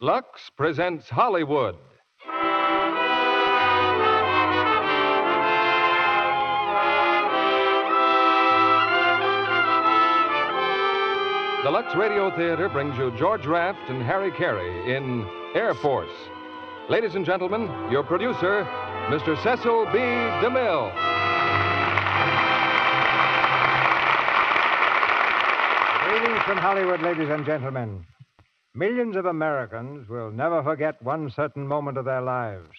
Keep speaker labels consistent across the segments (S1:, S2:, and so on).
S1: Lux presents Hollywood. The Lux Radio Theater brings you George Raft and Harry Carey in Air Force. Ladies and gentlemen, your producer, Mr. Cecil B. DeMille.
S2: Greetings from Hollywood, ladies and gentlemen. Millions of Americans will never forget one certain moment of their lives.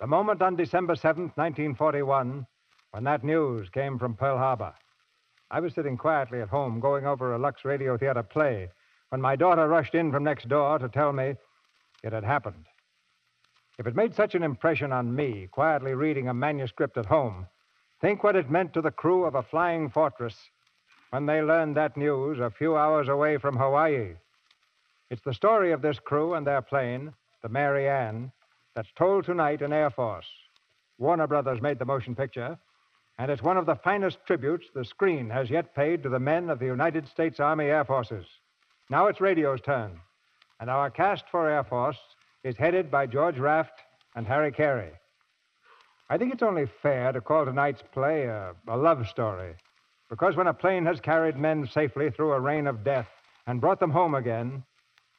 S2: The moment on December 7th, 1941, when that news came from Pearl Harbor. I was sitting quietly at home going over a Lux Radio Theater play when my daughter rushed in from next door to tell me it had happened. If it made such an impression on me, quietly reading a manuscript at home, think what it meant to the crew of a flying fortress when they learned that news a few hours away from Hawaii. It's the story of this crew and their plane, the Mary Ann, that's told tonight in Air Force. Warner Brothers made the motion picture, and it's one of the finest tributes the screen has yet paid to the men of the United States Army Air Forces. Now it's radio's turn, and our cast for Air Force is headed by George Raft and Harry Carey. I think it's only fair to call tonight's play a, a love story, because when a plane has carried men safely through a rain of death and brought them home again,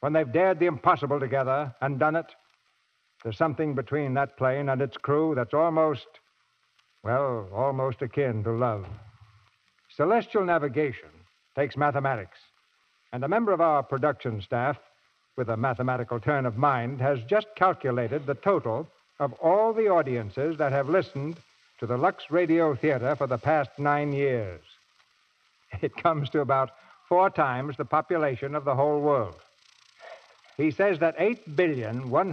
S2: when they've dared the impossible together and done it, there's something between that plane and its crew that's almost, well, almost akin to love. Celestial navigation takes mathematics, and a member of our production staff, with a mathematical turn of mind, has just calculated the total of all the audiences that have listened to the Lux Radio Theater for the past nine years. It comes to about four times the population of the whole world. He says that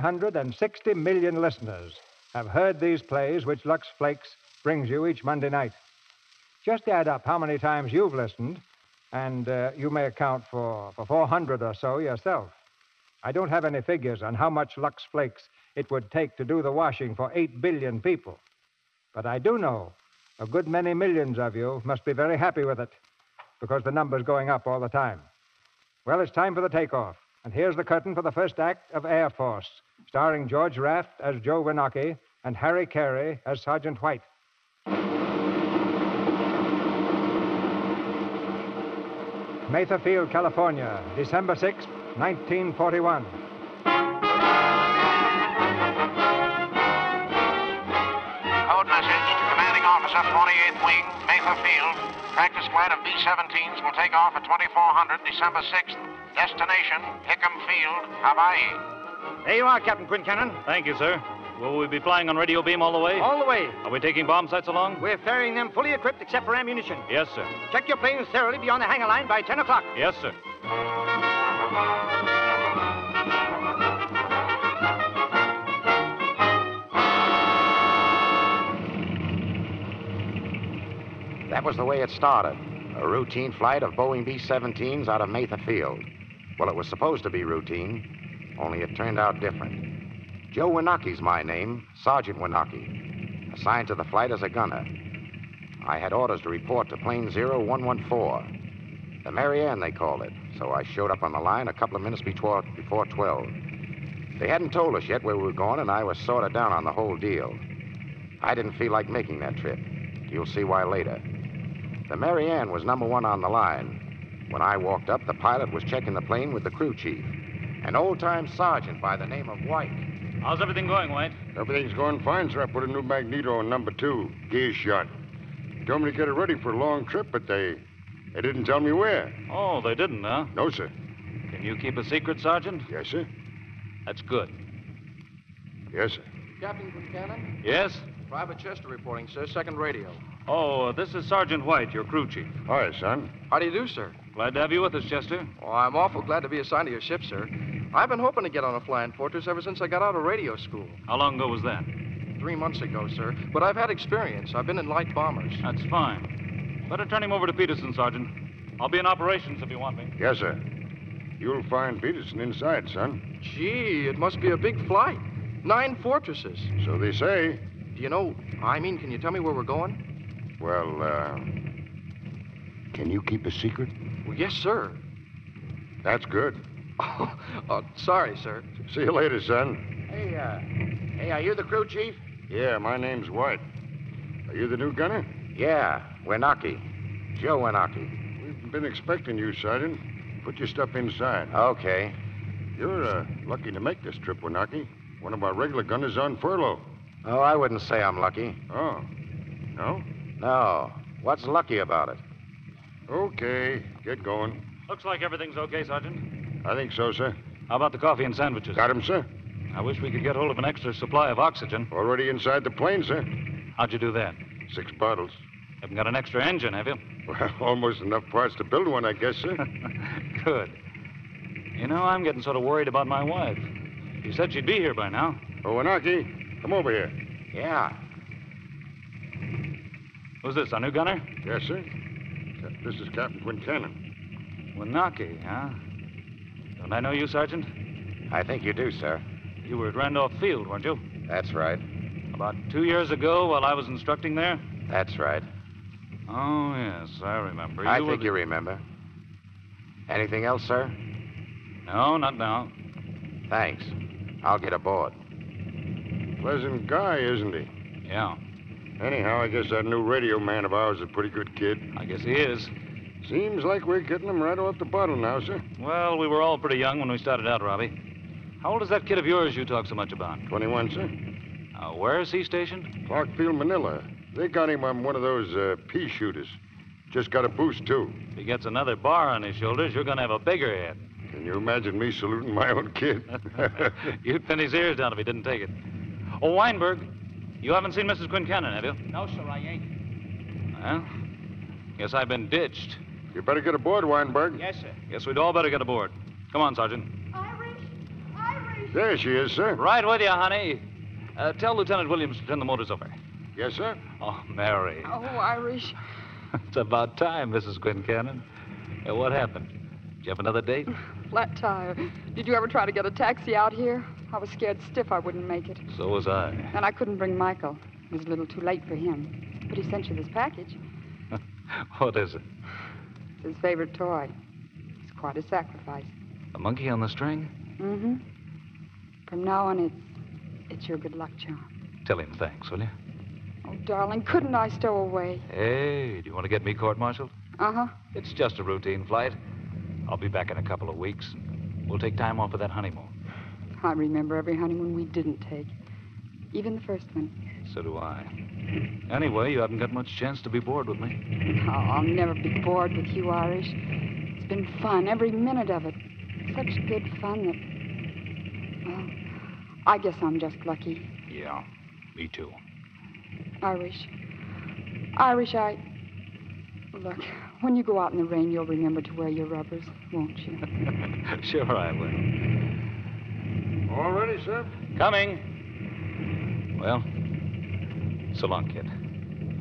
S2: 8,160,000,000 listeners have heard these plays which Lux Flakes brings you each Monday night. Just add up how many times you've listened, and uh, you may account for, for 400 or so yourself. I don't have any figures on how much Lux Flakes it would take to do the washing for 8 billion people. But I do know a good many millions of you must be very happy with it because the number's going up all the time. Well, it's time for the takeoff. And here's the curtain for the first act of Air Force, starring George Raft as Joe Winocki and Harry Carey as Sergeant White. Mather Field, California, December 6th, 1941.
S3: Code message to commanding officer, 48th Wing, Mather Field. Practice flight of B 17s will take off at 2400 December 6th. Destination, Hickam Field, Hawaii.
S4: There you are, Captain Quincannon. Thank you, sir. Will we be flying on radio beam all the way?
S5: All the way.
S4: Are we taking bomb sights along?
S5: We're ferrying them fully equipped except for ammunition.
S4: Yes, sir.
S5: Check your planes thoroughly beyond the hangar line by 10 o'clock.
S4: Yes, sir.
S6: That was the way it started a routine flight of Boeing B 17s out of Mather Field. Well, it was supposed to be routine, only it turned out different. Joe Winaki's my name, Sergeant Winaki, assigned to the flight as a gunner. I had orders to report to plane 0114, the Marianne, they called it, so I showed up on the line a couple of minutes before, before 12. They hadn't told us yet where we were going, and I was sort of down on the whole deal. I didn't feel like making that trip. You'll see why later. The Mary Ann was number one on the line. When I walked up, the pilot was checking the plane with the crew chief. an old time sergeant by the name of White.
S4: How's everything going, White?
S7: Everything's going fine, sir. I put a new magneto on number two, gear shot. Told me to get it ready for a long trip, but they they didn't tell me where.
S4: Oh, they didn't, huh?
S7: No, sir.
S4: Can you keep a secret, Sergeant?
S7: Yes, sir.
S4: That's good.
S7: Yes, sir.
S8: Captain Buchanan?
S4: Yes?
S8: Private Chester reporting, sir. Second radio.
S4: Oh, uh, this is Sergeant White, your crew chief.
S7: Hi, son.
S8: How do you do, sir?
S4: Glad to have you with us, Chester.
S8: Oh, I'm awful glad to be assigned to your ship, sir. I've been hoping to get on a flying fortress ever since I got out of radio school.
S4: How long ago was that?
S8: Three months ago, sir. But I've had experience. I've been in light bombers.
S4: That's fine. Better turn him over to Peterson, Sergeant. I'll be in operations if you want me.
S7: Yes, sir. You'll find Peterson inside, son.
S8: Gee, it must be a big flight. Nine fortresses.
S7: So they say.
S8: Do you know, I mean, can you tell me where we're going?
S7: Well, uh, can you keep a secret?
S8: Well, yes, sir.
S7: That's good.
S8: Oh, sorry, sir.
S7: See you later, son.
S6: Hey, uh, hey, are you the crew chief?
S7: Yeah, my name's White. Are you the new gunner?
S6: Yeah, Wenaki. Joe Wenaki.
S7: We've been expecting you, Sergeant. Put your stuff inside.
S6: Okay.
S7: You're uh, lucky to make this trip, Wenaki. One of our regular gunners on furlough.
S6: Oh, I wouldn't say I'm lucky.
S7: Oh. No?
S6: No. What's lucky about it?
S7: Okay. Get going.
S4: Looks like everything's okay, Sergeant.
S7: I think so, sir.
S4: How about the coffee and sandwiches?
S7: Got him, sir.
S4: I wish we could get hold of an extra supply of oxygen.
S7: Already inside the plane, sir.
S4: How'd you do that?
S7: Six bottles.
S4: Haven't got an extra engine, have you?
S7: Well, almost enough parts to build one, I guess, sir.
S4: Good. You know, I'm getting sort of worried about my wife. She said she'd be here by now.
S7: Owenaki, Oh, come over here.
S6: Yeah.
S4: Who's this, our new gunner?
S7: Yes, sir. Uh, This is Captain Quintanon.
S4: Wanaki, huh? Don't I know you, Sergeant?
S6: I think you do, sir.
S4: You were at Randolph Field, weren't you?
S6: That's right.
S4: About two years ago while I was instructing there?
S6: That's right.
S4: Oh, yes, I remember.
S6: I
S4: You were
S6: think
S4: the-
S6: you remember. Anything else, sir?
S4: No, not now.
S6: Thanks. I'll get aboard.
S7: Pleasant guy, isn't he?
S4: Yeah,
S7: Anyhow, I guess that new radio man of ours is a pretty good kid.
S4: I guess he is.
S7: Seems like we're getting him right off the bottle now, sir.
S4: Well, we were all pretty young when we started out, Robbie. How old is that kid of yours you talk so much about?
S7: 21, sir.
S4: Uh, where is he stationed?
S7: Clarkfield, Manila. They got him on one of those uh, pea shooters. Just got a boost, too.
S4: If he gets another bar on his shoulders, you're going to have a bigger head.
S7: Can you imagine me saluting my own kid?
S4: You'd pin his ears down if he didn't take it. Oh, Weinberg, you haven't seen Mrs. Quincannon, have you?
S5: No, sir, I ain't.
S4: Well, guess I've been ditched.
S7: you better get aboard, Weinberg.
S5: Yes, sir.
S4: Guess we'd all better get aboard. Come on, Sergeant.
S9: Irish, Irish.
S7: There she is, sir.
S4: Right with you, honey. Uh, tell Lieutenant Williams to turn the motors over.
S7: Yes, sir.
S4: Oh, Mary.
S9: Oh, Irish.
S4: It's about time, Mrs. Quincannon. Uh, what happened? Did you have another date?
S9: Flat tire. Did you ever try to get a taxi out here? I was scared stiff I wouldn't make it.
S4: So was I.
S9: And I couldn't bring Michael. It was a little too late for him. But he sent you this package.
S4: What is it?
S9: His favorite toy. It's quite a sacrifice.
S4: A monkey on the string?
S9: Mm-hmm. From now on, it's it's your good luck charm.
S4: Tell him thanks, will you?
S9: Oh, darling, couldn't I stow away?
S4: Hey, do you want to get me court-martialed?
S9: Uh-huh.
S4: It's just a routine flight. I'll be back in a couple of weeks. We'll take time off for that honeymoon.
S9: I remember every honeymoon we didn't take. Even the first one.
S4: So do I. Anyway, you haven't got much chance to be bored with me.
S9: Oh, I'll never be bored with you, Irish. It's been fun, every minute of it. Such good fun that. Well, I guess I'm just lucky.
S4: Yeah, me too.
S9: Irish. Irish, I. Look, when you go out in the rain, you'll remember to wear your rubbers, won't you?
S4: sure I will.
S7: All ready, sir?
S4: Coming. Well, so long, kid.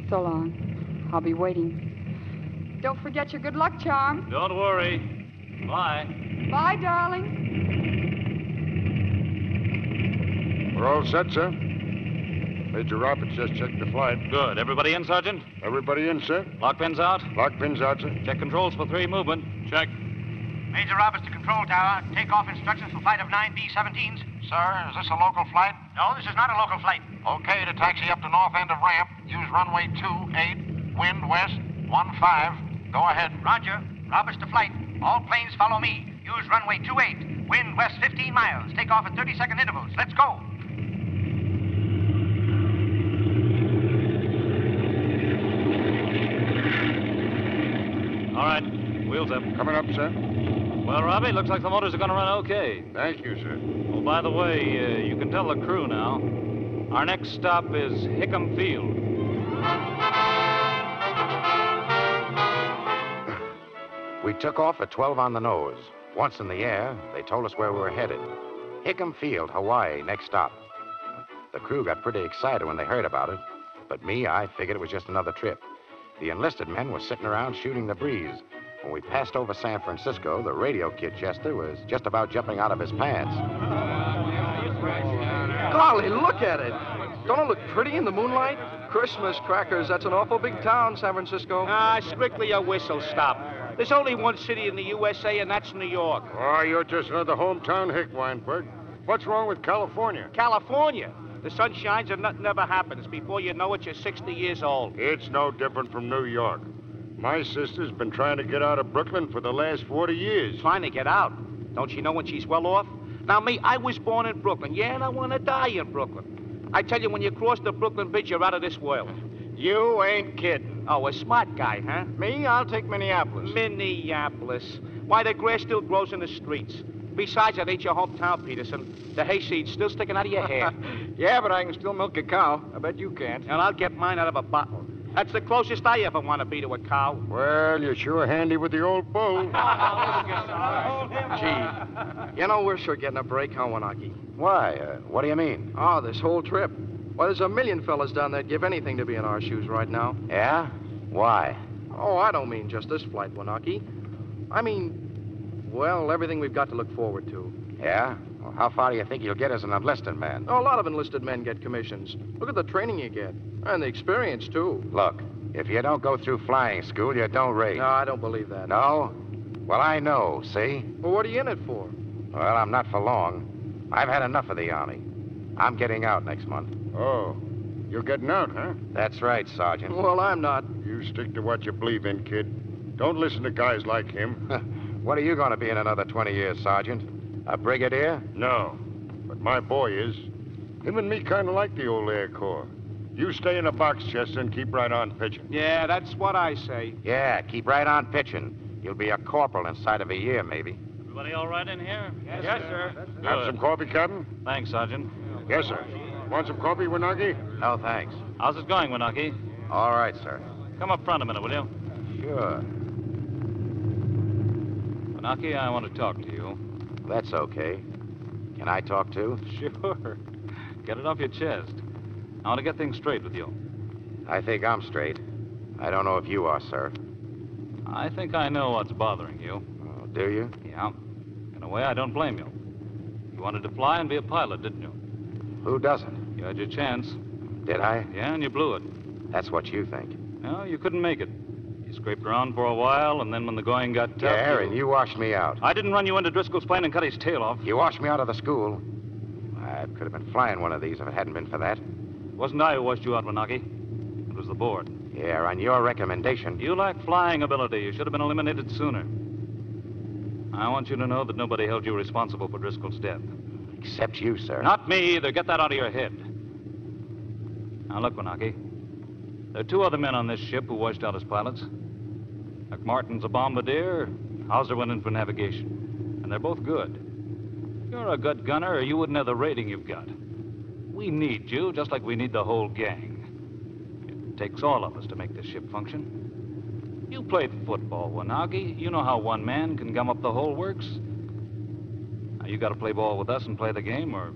S9: So long. I'll be waiting. Don't forget your good luck charm.
S4: Don't worry. Bye.
S9: Bye, darling.
S7: We're all set, sir. Major Roberts just checked the flight.
S4: Good. Everybody in, Sergeant?
S7: Everybody in, sir?
S4: Lock pins out.
S7: Lock pins out, sir.
S4: Check controls for three movement. Check.
S3: Major Roberts to control tower. Takeoff instructions for flight of 9B-17s.
S5: Sir, is this a local flight?
S3: No, this is not a local flight.
S5: Okay, to taxi up to north end of ramp. Use runway 28, wind west, 15. Go ahead.
S3: Roger. Roberts to flight. All planes follow me. Use runway 28.
S5: Wind west 15 miles. Take off at 30 second intervals. Let's go.
S4: All right. Wheels up.
S7: Coming up, sir.
S4: Well, Robbie, looks like the motors are going to run okay.
S7: Thank you, sir.
S4: Well, by the way, uh, you can tell the crew now. Our next stop is Hickam Field.
S6: We took off at 12 on the nose. Once in the air, they told us where we were headed Hickam Field, Hawaii, next stop. The crew got pretty excited when they heard about it, but me, I figured it was just another trip. The enlisted men were sitting around shooting the breeze. When we passed over San Francisco, the radio kid Chester was just about jumping out of his pants.
S8: Golly, look at it. Don't it look pretty in the moonlight? Christmas crackers, that's an awful big town, San Francisco.
S10: Ah, strictly a whistle stop. There's only one city in the USA, and that's New York.
S7: Oh, you're just another hometown hick, Weinberg. What's wrong with California?
S10: California. The sun shines and nothing ever happens. Before you know it, you're 60 years old.
S7: It's no different from New York. My sister's been trying to get out of Brooklyn for the last 40 years.
S10: Trying to get out? Don't you know when she's well off? Now, me, I was born in Brooklyn. Yeah, and I want to die in Brooklyn. I tell you, when you cross the Brooklyn Bridge, you're out of this world.
S11: You ain't kidding.
S10: Oh, a smart guy, huh?
S11: Me? I'll take Minneapolis.
S10: Minneapolis. Why, the grass still grows in the streets. Besides, that ain't your hometown, Peterson. The hayseed's still sticking out of your hair.
S11: yeah, but I can still milk a cow. I bet you can't.
S10: And I'll get mine out of a bottle. That's the closest I ever want to be to a cow.
S7: Well, you're sure handy with the old bull.
S8: Gee, you know, we're sure getting a break, huh, Wanaki?
S6: Why? Uh, what do you mean?
S8: Oh, this whole trip. Why, there's a million fellas down there'd give anything to be in our shoes right now.
S6: Yeah? Why?
S8: Oh, I don't mean just this flight, Wanaki. I mean, well, everything we've got to look forward to.
S6: Yeah? Well, how far do you think you'll get as an enlisted man?
S8: Oh, a lot of enlisted men get commissions. Look at the training you get, and the experience, too.
S6: Look, if you don't go through flying school, you don't rate.
S8: No, I don't believe that.
S6: No? Well, I know, see?
S8: Well, what are you in it for?
S6: Well, I'm not for long. I've had enough of the Army. I'm getting out next month.
S7: Oh, you're getting out, huh?
S6: That's right, Sergeant.
S8: Well, I'm not.
S7: You stick to what you believe in, kid. Don't listen to guys like him.
S6: what are you going to be in another 20 years, Sergeant? A brigadier?
S7: No, but my boy is. Him and me kind of like the old Air Corps. You stay in a box, Chester, and keep right on pitching.
S10: Yeah, that's what I say.
S6: Yeah, keep right on pitching. You'll be a corporal inside of a year, maybe.
S4: Everybody all right in here?
S12: Yes, yes sir. sir.
S7: Have Good. some coffee, Captain?
S4: Thanks, Sergeant.
S7: Yes, sir. Want some coffee, Winaki?
S6: No, thanks.
S4: How's it going, Winaki?
S6: All right, sir.
S4: Come up front a minute, will you?
S6: Sure.
S4: Winaki, I want to talk to you.
S6: That's okay. Can I talk too?
S4: Sure. Get it off your chest. I want to get things straight with you.
S6: I think I'm straight. I don't know if you are, sir.
S4: I think I know what's bothering you.
S6: Oh, do you?
S4: Yeah. In a way, I don't blame you. You wanted to fly and be a pilot, didn't you?
S6: Who doesn't?
S4: You had your chance.
S6: Did I?
S4: Yeah, and you blew it.
S6: That's what you think.
S4: No, you couldn't make it. You scraped around for a while, and then when the going got tough.
S6: Yeah, Aaron, you... you washed me out.
S4: I didn't run you into Driscoll's plane and cut his tail off.
S6: You washed me out of the school. I could have been flying one of these if it hadn't been for that.
S4: It wasn't I who washed you out, Wanaki. It was the board.
S6: Yeah, on your recommendation.
S4: You lack flying ability. You should have been eliminated sooner. I want you to know that nobody held you responsible for Driscoll's death.
S6: Except you, sir.
S4: Not me either. Get that out of your head. Now, look, Wanaki. There are two other men on this ship who washed out as pilots. McMartin's a bombardier. Hauser went in for navigation. And they're both good. You're a good gunner, or you wouldn't have the rating you've got. We need you, just like we need the whole gang. It takes all of us to make this ship function. You played football, Wanagi. You know how one man can gum up the whole works you got to play ball with us and play the game, or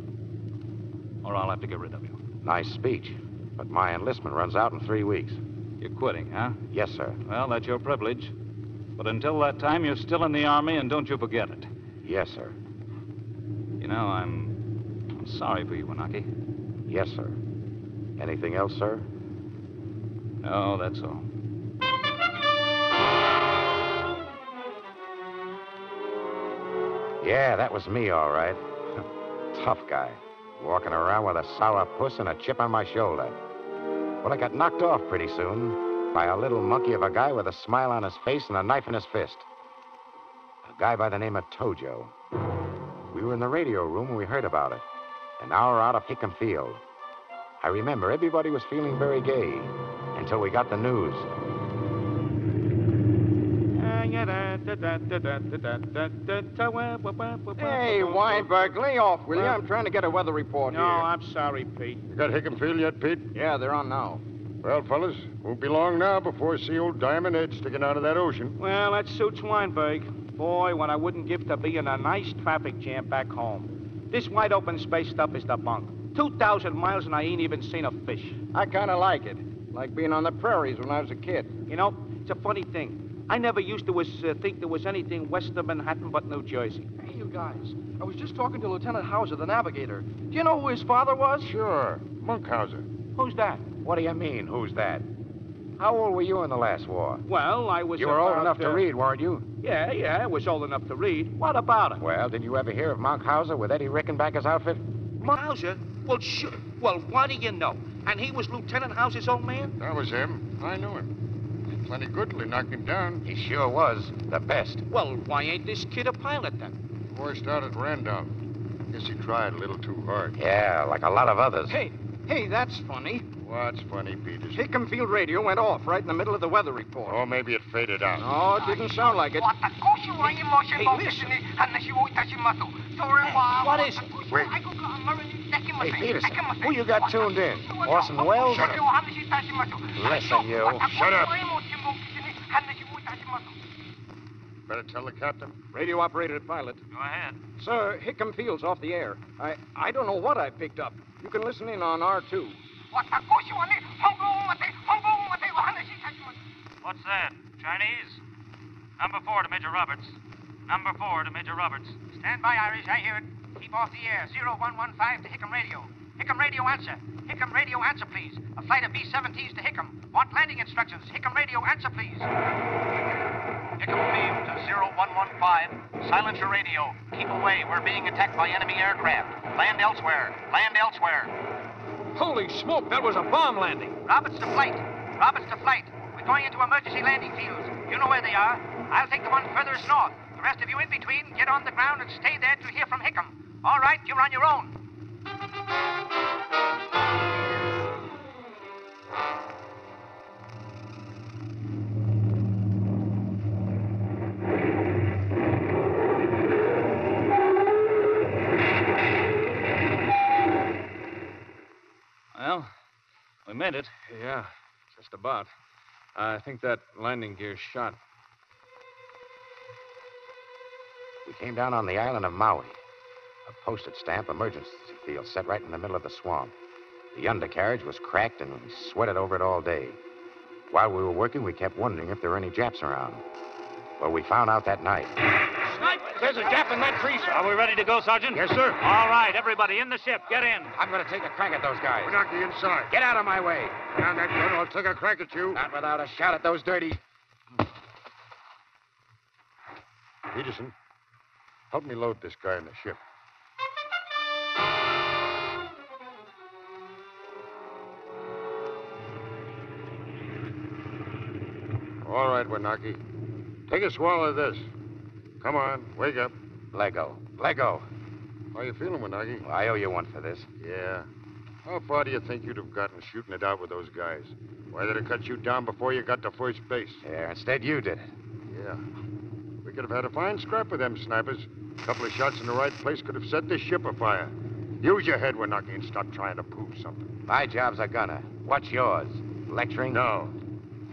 S4: or I'll have to get rid of you.
S6: Nice speech, but my enlistment runs out in three weeks.
S4: You're quitting, huh?
S6: Yes, sir.
S4: Well, that's your privilege, but until that time, you're still in the army, and don't you forget it.
S6: Yes, sir.
S4: You know, I'm I'm sorry for you, Wanaki.
S6: Yes, sir. Anything else, sir?
S4: No, that's all.
S6: Yeah, that was me, all right. Tough guy, walking around with a sour puss and a chip on my shoulder. Well, I got knocked off pretty soon by a little monkey of a guy with a smile on his face and a knife in his fist. A guy by the name of Tojo. We were in the radio room when we heard about it, an hour out of Hickam Field. I remember everybody was feeling very gay until we got the news.
S10: Hey,
S11: Hey, Weinberg, lay off, will you? I'm trying to get a weather report
S10: No,
S11: here.
S10: I'm sorry, Pete.
S7: You got Hickam Field yet, Pete?
S11: Yeah, they're on now.
S7: Well, fellas, won't be long now before I see old Diamond Head sticking out of that ocean.
S10: Well, that suits Weinberg. Boy, what I wouldn't give to be in a nice traffic jam back home. This wide open space stuff is the bunk. 2,000 miles and I ain't even seen a fish.
S11: I kind of like it. Like being on the prairies when I was a kid.
S10: You know, it's a funny thing. I never used to was, uh, think there was anything west of Manhattan but New Jersey.
S8: Hey, you guys. I was just talking to Lieutenant Hauser, the navigator. Do you know who his father was?
S7: Sure. Munkhauser.
S10: Who's that?
S6: What do you mean, who's that? How old were you in the last war?
S10: Well, I was.
S6: you were old
S10: about,
S6: enough to
S10: uh,
S6: read, weren't you?
S10: Yeah, yeah, I was old enough to read. What about it?
S6: Well, did you ever hear of Munkhauser with Eddie Rickenbacker's outfit?
S10: Mauser? Well, sure. Well, what do you know? And he was Lieutenant Hauser's old man?
S7: That was him. I knew him. He plenty good till he knocked him down.
S6: He sure was. The best.
S10: Well, why ain't this kid a pilot then?
S7: Washed out at Randolph. Guess he tried a little too hard.
S6: Yeah, like a lot of others.
S11: Hey, hey, that's funny.
S7: What's funny, Peters?
S11: Hickam Field radio went off right in the middle of the weather report.
S7: Oh, maybe it faded out.
S11: No, it didn't sound like it.
S5: Hey, listen.
S11: What is it?
S6: Wait. Hey, Peterson, who you got tuned in? Orson Welles?
S5: Shut
S6: Listen, you.
S7: Shut up. Better tell the captain.
S11: Radio operator and pilot.
S5: Go ahead.
S11: Sir, Hickam Field's off the air. I, I don't know what I picked up. You can listen in on R2.
S5: What's that? Chinese? Number four to Major Roberts. Number four to Major Roberts. Stand by, Irish. I hear it. Keep off the air. 0115 to Hickam Radio. Hickam Radio, answer. Hickam Radio, answer, please. A flight of B-17s to Hickam. Want landing instructions. Hickam Radio, answer, please. Hickam Field to 0115. Silence your radio. Keep away. We're being attacked by enemy aircraft. Land elsewhere. Land elsewhere.
S11: Holy smoke, that was a bomb landing.
S5: Roberts to flight. Roberts to flight. We're going into emergency landing fields. You know where they are. I'll take the one furthest north. The rest of you in between, get on the ground and stay there to hear from Hickam. All right, you're on your own.
S4: Well, we made it.
S12: Yeah, just about. I think that landing gear's shot.
S6: We came down on the island of Maui. A postage stamp emergency field set right in the middle of the swamp. The undercarriage was cracked, and we sweated over it all day. While we were working, we kept wondering if there were any Japs around. Well, we found out that night.
S3: There's a Jap in that tree, sir. Are we ready to go, Sergeant?
S6: Yes, sir.
S3: All right, everybody in the ship. Get in.
S6: I'm going to take a crack at those guys.
S7: We're not the inside.
S6: Get out of my way.
S7: Down that gun, or I'll take a crack at you.
S6: Not without a shot at those dirty.
S7: Peterson, help me load this guy in the ship. All right, Wanaki. Take a swallow of this. Come on, wake up.
S6: Lego. Lego.
S7: How you feeling, Wanaki?
S6: Well, I owe you one for this.
S7: Yeah. How far do you think you'd have gotten shooting it out with those guys? Why they'd have cut you down before you got to first base.
S6: Yeah, instead you did it.
S7: Yeah. We could have had a fine scrap with them snipers. A couple of shots in the right place could have set this ship afire. Use your head, Wanaki, and stop trying to prove something.
S6: My job's a gunner. What's yours? Lecturing?
S7: No.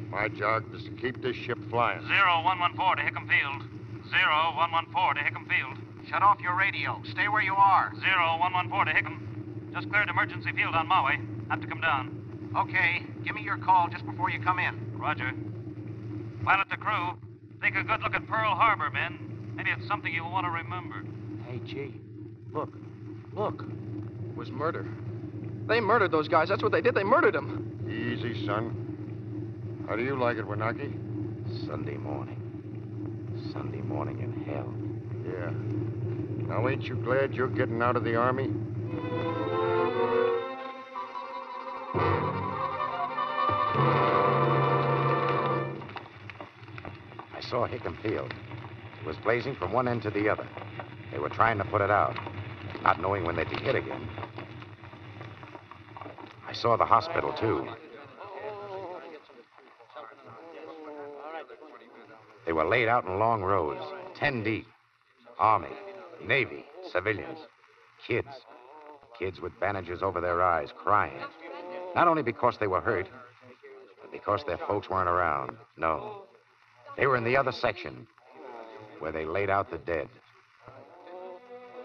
S7: My job is to keep this ship flying.
S5: Zero one one four to Hickam Field. Zero one one four to Hickam Field. Shut off your radio. Stay where you are. Zero one one four to Hickam. Just cleared emergency field on Maui. Have to come down. Okay. Give me your call just before you come in. Roger. Pilot the crew. Take a good look at Pearl Harbor, men. Maybe it's something you'll want to remember.
S10: Hey, gee. Look. Look.
S8: It was murder. They murdered those guys. That's what they did. They murdered him.
S7: Easy, son. How do you like it, Wanaki?
S6: Sunday morning. Sunday morning in hell.
S7: Yeah. Now, ain't you glad you're getting out of the Army?
S6: I saw Hickam Field. It was blazing from one end to the other. They were trying to put it out, not knowing when they'd be hit again. I saw the hospital, too. They were laid out in long rows, ten deep. Army, Navy, civilians, kids. Kids with bandages over their eyes, crying. Not only because they were hurt, but because their folks weren't around. No. They were in the other section where they laid out the dead.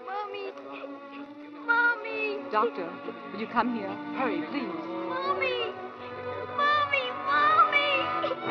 S9: Mommy! Mommy! Doctor, will you come here? Hurry, please.
S13: Mommy! Mommy! Mommy!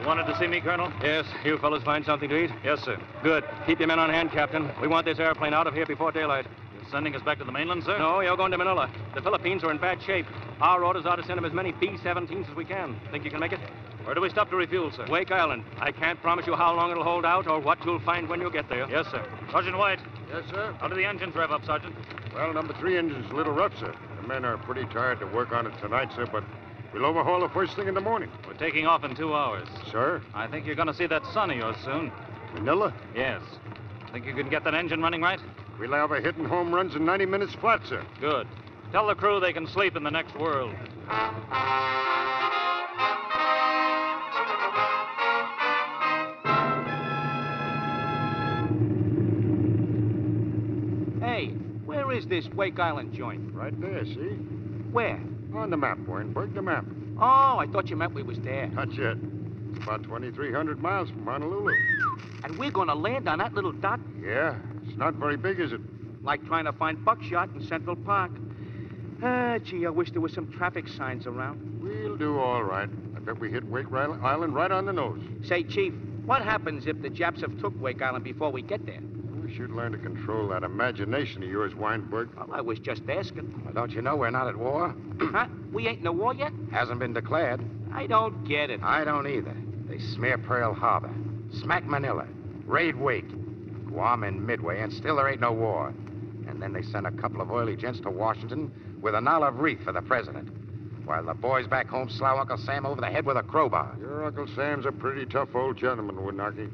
S4: You wanted to see me, Colonel? Yes. You fellas find something to eat? Yes, sir. Good. Keep your men on hand, Captain. We want this airplane out of here before daylight. You're sending us back to the mainland, sir? No, you're going to Manila. The Philippines are in bad shape. Our orders are to send them as many B-17s as we can. Think you can make it? Where do we stop to refuel, sir? Wake Island. I can't promise you how long it'll hold out or what you'll find when you get there. Yes, sir.
S12: Sergeant White.
S7: Yes, sir.
S12: How do the engines rev up, Sergeant?
S7: Well, number three engine's a little rough, sir. The men are pretty tired to work on it tonight, sir, but we'll overhaul the first thing in the morning.
S4: We're taking off in two hours.
S7: Sir?
S4: I think you're going to see that son of yours soon.
S7: Manila?
S4: Yes. Think you can get that engine running right?
S7: We'll have a hit and home runs in 90 minutes flat, sir.
S4: Good. Tell the crew they can sleep in the next world.
S10: Hey, where is this Wake Island joint?
S7: Right there, see?
S10: Where?
S7: On the map, Wernberg, the map.
S10: Oh, I thought you meant we was there.
S7: Not yet. It's about 2,300 miles from Honolulu.
S10: And we're gonna land on that little dot
S7: Yeah, it's not very big, is it?
S10: like trying to find buckshot in Central Park. Ah, gee, I wish there were some traffic signs around.
S7: We'll do all right. I bet we hit Wake Ri- Island right on the nose.
S10: Say, Chief, what happens if the Japs have took Wake Island before we get there?
S7: We should learn to control that imagination of yours, Weinberg.
S6: Oh,
S10: Well, I was just asking.
S6: Well, don't you know we're not at war?
S10: huh? We ain't in a war yet?
S6: Hasn't been declared.
S10: I don't get it.
S6: I don't either. They smear Pearl Harbor, smack Manila, raid Wake, Guam and Midway, and still there ain't no war. And then they sent a couple of oily gents to Washington with an olive wreath for the president, while the boys back home slough Uncle Sam over the head with a crowbar.
S7: Your Uncle Sam's a pretty tough old gentleman, Winaki.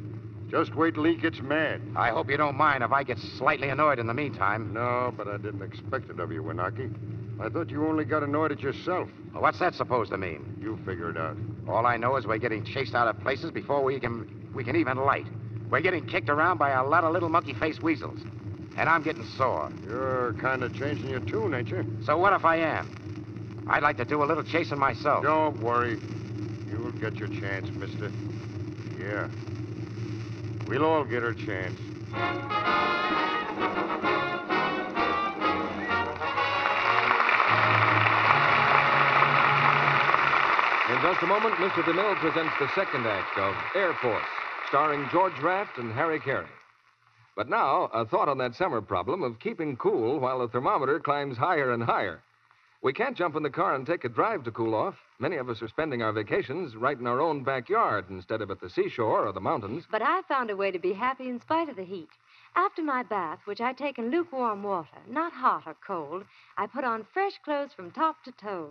S7: Just wait till he gets mad.
S6: I hope you don't mind if I get slightly annoyed in the meantime.
S7: No, but I didn't expect it of you, Winaki. I thought you only got annoyed at yourself.
S6: What's that supposed to mean?
S7: You figure it out.
S6: All I know is we're getting chased out of places before we can we can even light. We're getting kicked around by a lot of little monkey-faced weasels, and I'm getting sore.
S7: You're kind of changing your tune, ain't you?
S6: So what if I am? I'd like to do a little chasing myself.
S7: Don't worry. You'll get your chance, mister. Yeah. We'll all get our chance.
S1: In just a moment, Mr. DeMille presents the second act of Air Force, starring George Raft and Harry Carey. But now, a thought on that summer problem of keeping cool while the thermometer climbs higher and higher. We can't jump in the car and take a drive to cool off. Many of us are spending our vacations right in our own backyard instead of at the seashore or the mountains.
S14: But I found a way to be happy in spite of the heat. After my bath, which I take in lukewarm water, not hot or cold, I put on fresh clothes from top to toe.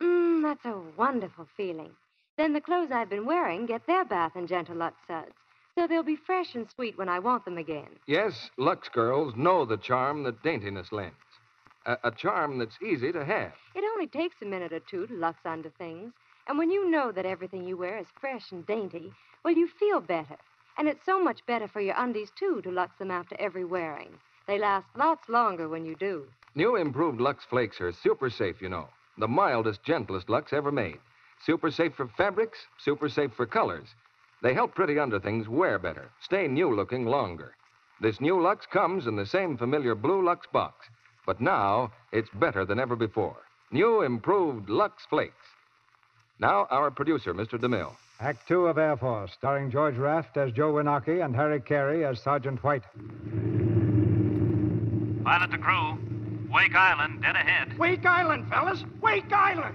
S14: Mmm, that's a wonderful feeling. Then the clothes I've been wearing get their bath in gentle Lux suds, so they'll be fresh and sweet when I want them again.
S1: Yes, Lux girls know the charm that daintiness lends. A, a charm that's easy to have.
S14: It only takes a minute or two to Lux onto things, and when you know that everything you wear is fresh and dainty, well, you feel better. And it's so much better for your undies, too, to Lux them after every wearing. They last lots longer when you do.
S1: New improved Lux Flakes are super safe, you know. The mildest, gentlest Lux ever made. Super safe for fabrics, super safe for colors. They help pretty underthings wear better, stay new looking longer. This new Lux comes in the same familiar blue Lux box, but now it's better than ever before. New improved Lux Flakes. Now, our producer, Mr. DeMille.
S2: Act Two of Air Force, starring George Raft as Joe Winocki and Harry Carey as Sergeant White.
S5: Pilot the crew. Wake Island, dead ahead.
S8: Wake Island, fellas! Wake Island!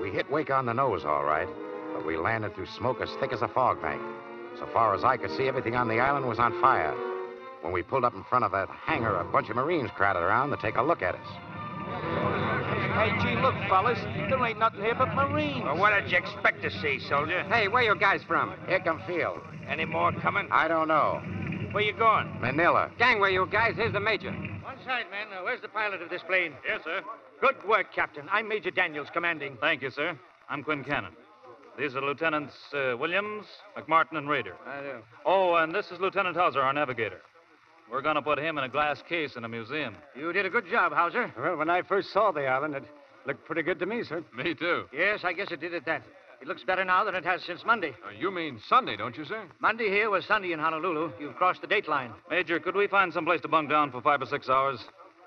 S6: We hit Wake on the nose, all right, but we landed through smoke as thick as a fog bank. So far as I could see, everything on the island was on fire. When we pulled up in front of that hangar, a bunch of Marines crowded around to take a look at us.
S15: Hey, gee, look, fellas. There ain't nothing here but Marines.
S11: Well, what did you expect to see, soldier? Hey, where you guys from?
S16: Hickam Field.
S11: Any more coming?
S16: I don't know.
S11: Where you going?
S16: Manila.
S11: Gangway, you guys. Here's the major.
S5: One side, men. Uh, where's the pilot of this plane?
S4: Yes, sir.
S5: Good work, Captain. I'm Major Daniels, commanding.
S4: Thank you, sir. I'm Quinn Cannon. These are Lieutenants uh, Williams, McMartin, and Raider.
S10: I do.
S4: Oh, and this is Lieutenant Hauser, our navigator. We're going to put him in a glass case in a museum.
S5: You did a good job, Hauser.
S10: Well, when I first saw the island, it looked pretty good to me, sir.
S17: Me too.
S5: Yes, I guess it did at that. It looks better now than it has since Monday.
S4: Oh,
S17: Uh, you mean Sunday, don't you, sir?
S5: Monday here was Sunday in Honolulu. You've crossed the date line.
S4: Major, could we find some place to bunk down for five or six hours?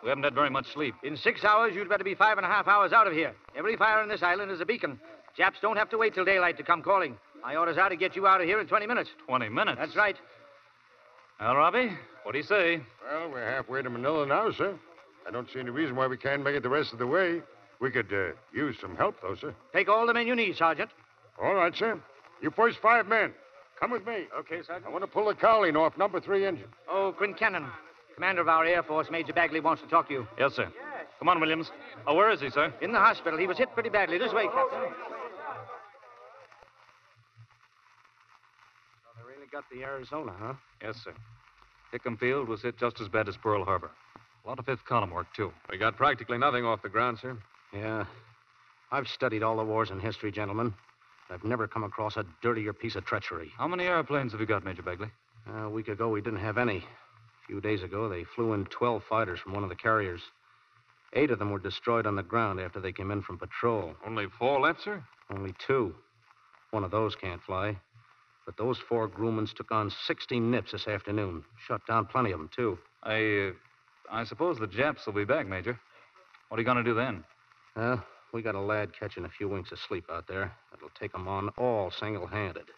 S4: We haven't had very much sleep.
S5: In six hours, you'd better be five and a half hours out of here. Every fire on this island is a beacon. Japs don't have to wait till daylight to come calling. My orders are to get you out of here in 20 minutes.
S4: 20 minutes?
S5: That's right.
S4: Well, Robbie, what do you say?
S7: Well, we're halfway to Manila now, sir. I don't see any reason why we can't make it the rest of the way. We could uh, use some help, though, sir.
S5: Take all the men you need, Sergeant.
S7: All right, sir. You first five men. Come with me.
S5: Okay, Sergeant.
S7: I want to pull the cowling off number three engine.
S5: Oh, Quincannon, commander of our Air Force, Major Bagley, wants to talk to you.
S4: Yes, sir. Come on, Williams. Oh, where is he, sir?
S5: In the hospital. He was hit pretty badly. This way, Captain.
S10: They really got the Arizona,
S17: Uh-huh.
S10: huh?
S4: Yes, sir. Hickam Field was hit just as bad as Pearl Harbor. A lot of fifth column work, too.
S17: We got practically nothing off the ground, sir.
S16: Yeah. I've studied all the wars in history, gentlemen. I've never come across a dirtier piece of treachery.
S4: How many airplanes have you got, Major Bagley?
S16: Uh, a week ago, we didn't have any. A few days ago, they flew in 12 fighters from one of the carriers. Eight of them were destroyed on the ground after they came in from patrol.
S17: Only four left, sir?
S16: Only two. One of those can't fly. But those four Grumans took on 60 nips this afternoon. Shut down plenty of them, too.
S4: I, uh, I suppose the Japs will be back, Major. What are you going to do then?
S16: Well, we got a lad catching a few winks of sleep out there. That'll take 'em on all single-handed.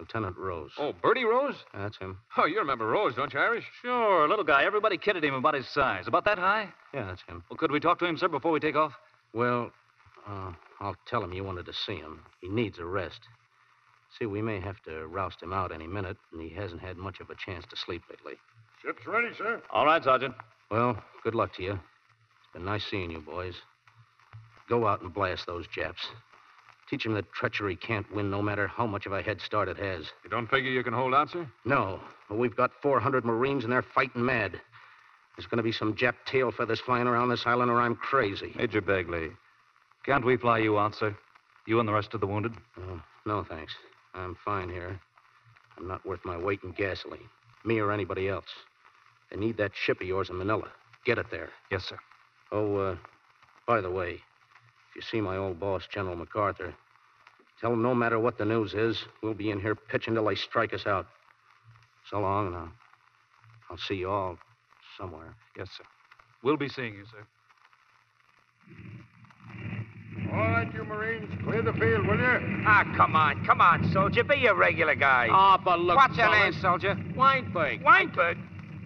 S16: Lieutenant Rose.
S17: Oh, Bertie Rose?
S16: That's him.
S17: Oh, you remember Rose, don't you, Irish?
S4: Sure, little guy. Everybody kidded him about his size. About that high?
S16: Yeah, that's him.
S4: Well, could we talk to him, sir, before we take off?
S16: Well, uh, I'll tell him you wanted to see him. He needs a rest. See, we may have to roust him out any minute, and he hasn't had much of a chance to sleep lately.
S7: Ship's ready, sir.
S4: All right, Sergeant.
S16: Well, good luck to you. It's been nice seeing you, boys. Go out and blast those Japs. Teach 'em that treachery can't win no matter how much of a head start it has.
S17: You don't figure you can hold out, sir?
S16: No, but we've got 400 Marines and they're fighting mad. There's going to be some Jap tail feathers flying around this island or I'm crazy.
S4: Major Bagley, can't we fly you out, sir? You and the rest of the wounded?
S16: Oh, no, thanks. I'm fine here. I'm not worth my weight in gasoline, me or anybody else. They need that ship of yours in Manila. Get it there.
S4: Yes, sir.
S16: Oh, uh, by the way, if you see my old boss, General MacArthur, tell him no matter what the news is, we'll be in here pitching till they strike us out. So long, and I'll, I'll see you all somewhere.
S4: Yes, sir. We'll be seeing you, sir.
S7: All right, you Marines, clear the field, will you?
S11: Ah, come on, come on, soldier. Be a regular guy.
S10: Ah, but look,
S11: What's your name,
S10: fellas.
S11: soldier?
S10: Weinberg.
S11: Weinberg?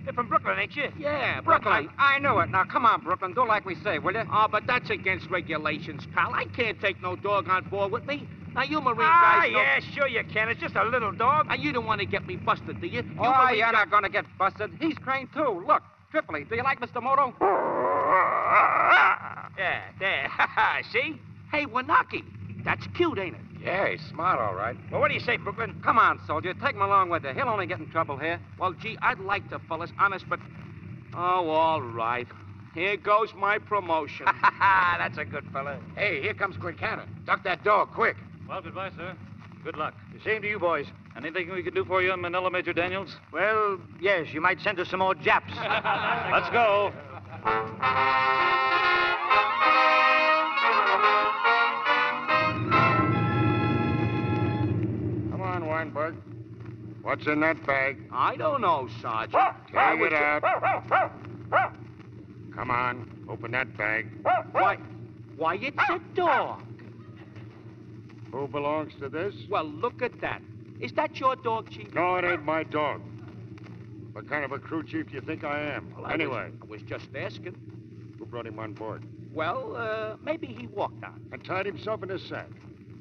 S11: You're from Brooklyn, ain't you?
S10: Yeah,
S11: Brooklyn.
S10: Brooklyn.
S11: I, I know it. Now, come on, Brooklyn. Do like we say, will you?
S10: Ah, but that's against regulations, pal. I can't take no dog on board with me. Now, you Marine
S11: ah,
S10: guys know...
S11: yeah, sure you can. It's just a little dog.
S10: Now, you don't want to get me busted, do you? you
S11: oh,
S10: Marine
S11: you're
S10: guys-
S11: not going to get busted. He's trained, too. Look, Tripoli. Do you like Mr. Moto? yeah, there. See?
S10: Hey, Wanaki, that's cute, ain't it?
S16: Yeah, he's smart, all right.
S11: Well, what do you say, Brooklyn?
S10: Come on, soldier. Take him along with you. He'll only get in trouble here. Well, gee, I'd like to, fellas, honest, but. Oh, all right. Here goes my promotion.
S11: Ah, that's a good fellow.
S16: Hey, here comes Quick Cannon. Duck that dog, quick.
S4: Well, goodbye, sir. Good luck.
S5: Same to you, boys.
S4: Anything we can do for you in Manila, Major Daniels?
S5: Well, yes, you might send us some more Japs.
S4: Let's go.
S7: Come on, Weinberg. What's in that bag?
S10: I don't know, Sergeant. I
S7: Take
S10: was
S7: it
S10: ju-
S7: out. Come on, open that bag.
S10: Why, why, it's a dog.
S7: Who belongs to this?
S10: Well, look at that. Is that your dog, Chief?
S7: No, it ain't my dog. What kind of a crew chief do you think I am?
S10: Well, I was-
S7: anyway,
S10: I was just asking.
S7: who brought him on board?
S10: Well, uh, maybe he walked out.
S7: And tied himself in his sack.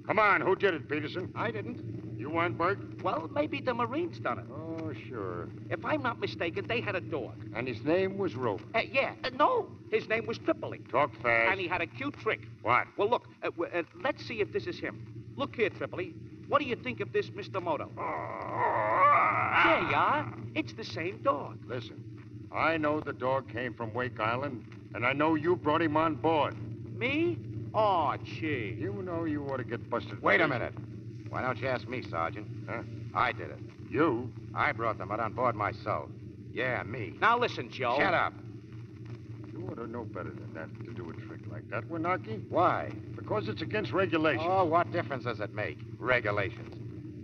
S7: Come on, who did it, Peterson?
S10: I didn't.
S7: You, Weinberg?
S10: Well, maybe the Marines done it.
S7: Oh, Oh, sure.
S11: If I'm not mistaken, they had a dog.
S7: And his name was Rope.
S11: Uh, yeah, uh, no, his name was Tripoli.
S7: Talk fast.
S11: And he had a cute trick.
S7: What?
S11: Well, look, uh, w- uh, let's see if this is him. Look here, Tripoli. What do you think of this, Mr. Moto? There you are. It's the same dog.
S7: Listen, I know the dog came from Wake Island, and I know you brought him on board.
S11: Me? Oh, gee.
S7: You know you ought to get busted.
S6: Wait a minute. Why don't you ask me, Sergeant?
S7: Huh?
S6: I did it.
S7: You?
S6: I brought the mud on board myself. Yeah, me.
S11: Now listen, Joe.
S6: Shut up.
S7: You ought to know better than that to do a trick like that, Winaki.
S6: Why?
S7: Because it's against regulations.
S6: Oh, what difference does it make? Regulations.